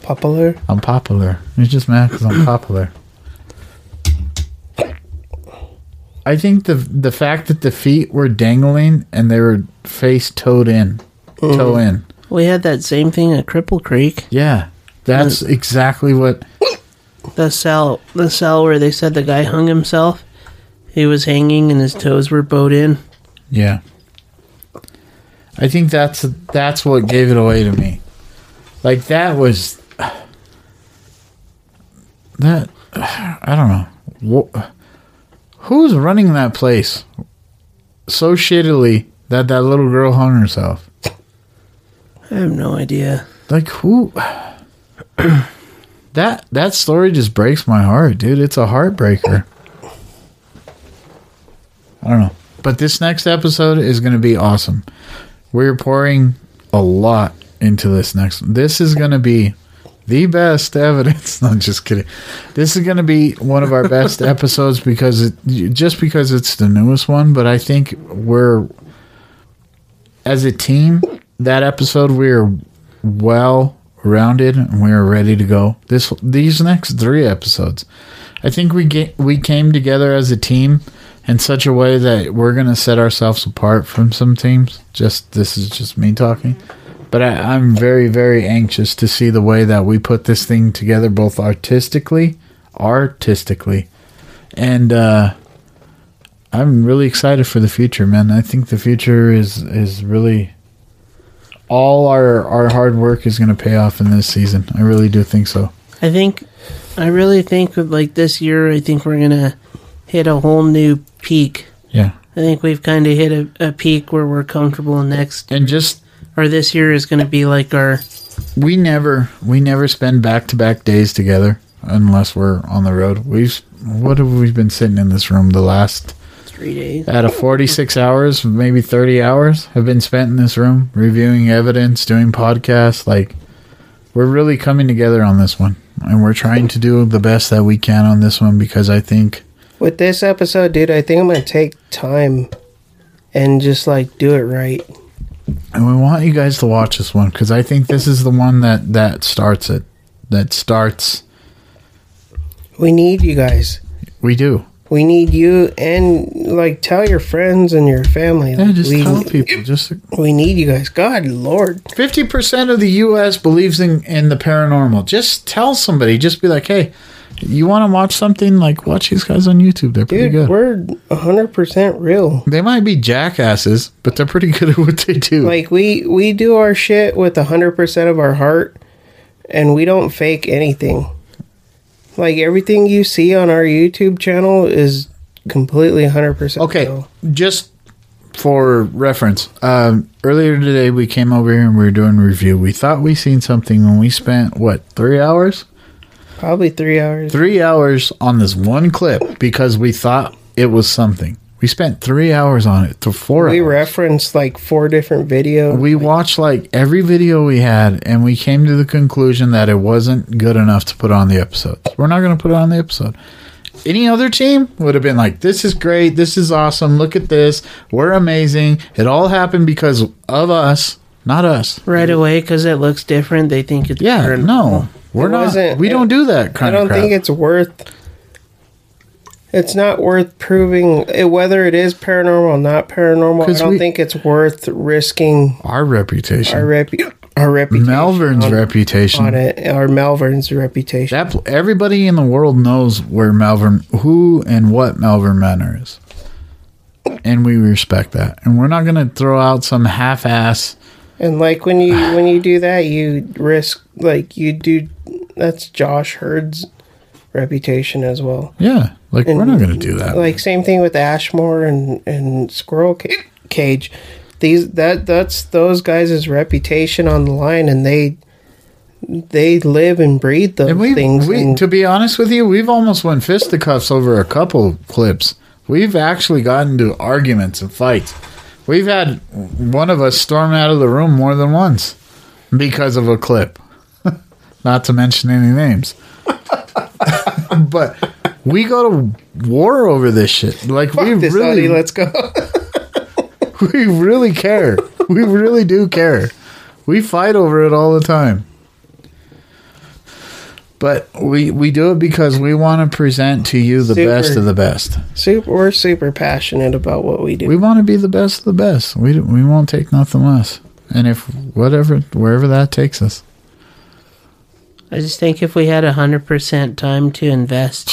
Speaker 9: popular?
Speaker 10: I'm popular. He's just mad because I'm popular. I think the the fact that the feet were dangling and they were face toed in, toe in.
Speaker 11: We had that same thing at Cripple Creek.
Speaker 10: Yeah, that's exactly what.
Speaker 11: The cell, the cell where they said the guy hung himself. He was hanging and his toes were bowed in.
Speaker 10: Yeah. I think that's that's what gave it away to me. Like that was that I don't know. Wha- Who's running that place so shittily that that little girl hung herself?
Speaker 11: I have no idea.
Speaker 10: Like who That that story just breaks my heart, dude. It's a heartbreaker. I don't know. But this next episode is going to be awesome. We're pouring a lot into this next one. This is going to be the best evidence. No, I'm just kidding. This is going to be one of our best episodes because it, just because it's the newest one, but I think we're as a team, that episode we are well rounded and we are ready to go. This these next three episodes, I think we get we came together as a team in such a way that we're gonna set ourselves apart from some teams. Just this is just me talking, but I, I'm very very anxious to see the way that we put this thing together, both artistically, artistically, and. uh I'm really excited for the future, man. I think the future is is really all our our hard work is going to pay off in this season. I really do think so.
Speaker 11: I think, I really think with, like this year, I think we're gonna hit a whole new peak.
Speaker 10: Yeah.
Speaker 11: I think we've kind of hit a, a peak where we're comfortable next.
Speaker 10: And just
Speaker 11: or this year is gonna be like our.
Speaker 10: We never we never spend back to back days together unless we're on the road. We've what have we been sitting in this room the last
Speaker 11: three days
Speaker 10: out of 46 hours, maybe 30 hours have been spent in this room reviewing evidence, doing podcasts. Like we're really coming together on this one, and we're trying to do the best that we can on this one because I think
Speaker 9: With this episode, dude, I think I'm gonna take time and just like do it right.
Speaker 10: And we want you guys to watch this one because I think this is the one that that starts it. That starts.
Speaker 9: We need you guys.
Speaker 10: We do.
Speaker 9: We need you and like tell your friends and your family.
Speaker 10: Yeah, just
Speaker 9: we,
Speaker 10: tell people. Just
Speaker 9: we need you guys. God, Lord.
Speaker 10: Fifty percent of the U.S. believes in in the paranormal. Just tell somebody. Just be like, hey, you want to watch something? Like, watch these guys on YouTube. They're pretty
Speaker 9: Dude,
Speaker 10: good.
Speaker 9: we're hundred percent real.
Speaker 10: They might be jackasses, but they're pretty good at what they do.
Speaker 9: Like we we do our shit with hundred percent of our heart, and we don't fake anything. Like everything you see on our YouTube channel is completely hundred percent.
Speaker 10: Okay, just for reference, um, earlier today we came over here and we were doing a review. We thought we seen something when we spent what three hours?
Speaker 9: Probably three hours.
Speaker 10: Three hours on this one clip because we thought it was something. We spent three hours on it to four.
Speaker 9: we
Speaker 10: hours.
Speaker 9: referenced like four different videos.
Speaker 10: We watched like every video we had, and we came to the conclusion that it wasn't good enough to put on the episode. We're not going to put it on the episode. Any other team would have been like, "This is great. This is awesome. Look at this. We're amazing. It all happened because of us, not us."
Speaker 11: Right away because it looks different. They think it's
Speaker 10: yeah. No, we're
Speaker 9: It
Speaker 10: not.
Speaker 9: wasn't-
Speaker 10: We don't do that
Speaker 9: I
Speaker 10: kind
Speaker 9: don't
Speaker 10: of crap.
Speaker 9: think it's worth. It's not worth proving it, whether it is paranormal or not paranormal. I
Speaker 10: 'Cause
Speaker 9: don't
Speaker 10: we-
Speaker 9: think it's worth risking
Speaker 10: our reputation.
Speaker 9: our repu- our reputation
Speaker 10: Malvern's
Speaker 9: on-
Speaker 10: reputation.
Speaker 9: on it, our Malvern's reputation.
Speaker 10: That pl- everybody in the world knows where Malvern, who and what Malvern Manor is, and we respect that. And we're not going to throw out some half-ass.
Speaker 9: And like when you when you do that, you risk like you do. That's Josh Hurd's reputation as well.
Speaker 10: Yeah, like we're
Speaker 9: And,
Speaker 10: not going to do that.
Speaker 9: Like same thing with Ashmore and and Squirrel Ca- Cage. These that that's those guys' reputation on the line, and they they live and breathe those things.
Speaker 10: we,
Speaker 9: and
Speaker 10: to be honest with you, we've almost went fisticuffs over a couple clips. We've actually gotten to arguments and fights. We've had one of us storm out of the room more than once because of a clip. Not to mention any names. but we go to war over this shit. Like we
Speaker 9: this,
Speaker 10: really
Speaker 9: Audi, let's go.
Speaker 10: we really care. We really do care. We fight over it all the time. But we we do it because we want to present to you the
Speaker 9: Super.
Speaker 10: best of the best.
Speaker 9: super, we're super passionate about what we do.
Speaker 10: We want to be the best of the best. We don't- we won't take nothing less. And if whatever wherever that takes us.
Speaker 11: I just think if we had 100% time to invest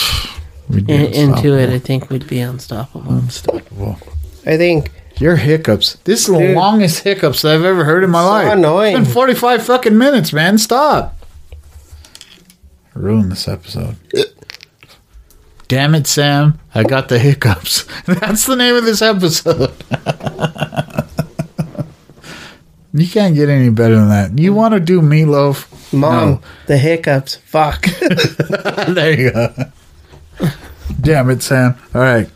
Speaker 10: We'd be
Speaker 11: in,
Speaker 10: unstoppable.
Speaker 11: into it, I think we'd be unstoppable.
Speaker 10: Unstoppable.
Speaker 9: I think
Speaker 10: your hiccups. This is the
Speaker 11: Dude.
Speaker 10: longest hiccups I've ever heard in my
Speaker 11: So
Speaker 10: life.
Speaker 11: annoying.
Speaker 10: It's been forty five fucking minutes, man. Stop. Ruin this episode. Damn it, Sam. I got the hiccups. That's the name of this episode. you can't get any better than that. You want to do meatloaf?
Speaker 9: Mom,
Speaker 10: No.
Speaker 9: the hiccups. Fuck.
Speaker 10: there you go. Damn it, Sam. All right,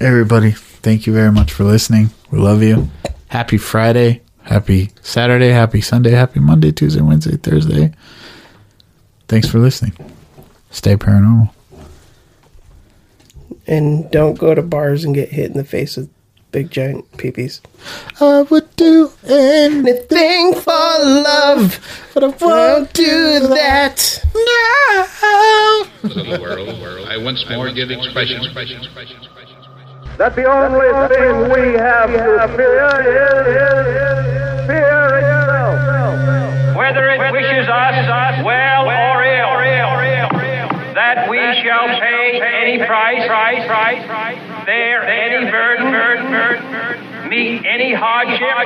Speaker 10: everybody. Thank you very much for listening. We love you. Happy Friday. Happy Saturday. Happy Sunday. Happy Monday, Tuesday, Wednesday, Thursday. Thanks for listening. Stay paranormal.
Speaker 9: and don't go to bars and get hit in the face with big giant peepees.
Speaker 10: I would do
Speaker 9: anything for love,
Speaker 10: but I
Speaker 9: won't do that.
Speaker 10: No.
Speaker 1: Little world, I once more give expression.
Speaker 2: That's the only thing we have to fear is fear itself.
Speaker 3: Whether it wishes us well or ill, that we shall pay any price, bear any burden, meet any hardship,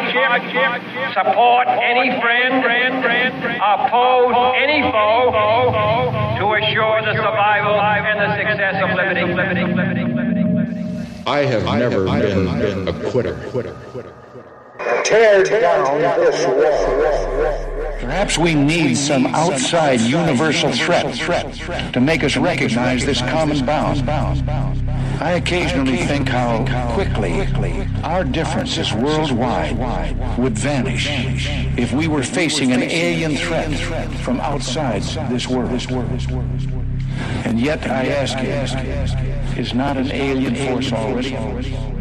Speaker 3: support any friend, oppose any foe, to assure the survival and the success of liberty.
Speaker 4: I have never been, a quitter.
Speaker 5: Tear down this wall.
Speaker 13: Perhaps we need
Speaker 5: Some outside universal threat to make us recognize this common bound. I occasionally think how quickly our differences worldwide would vanish if we were facing an alien threat from outside this world. And yet I ask you, is not an alien force already?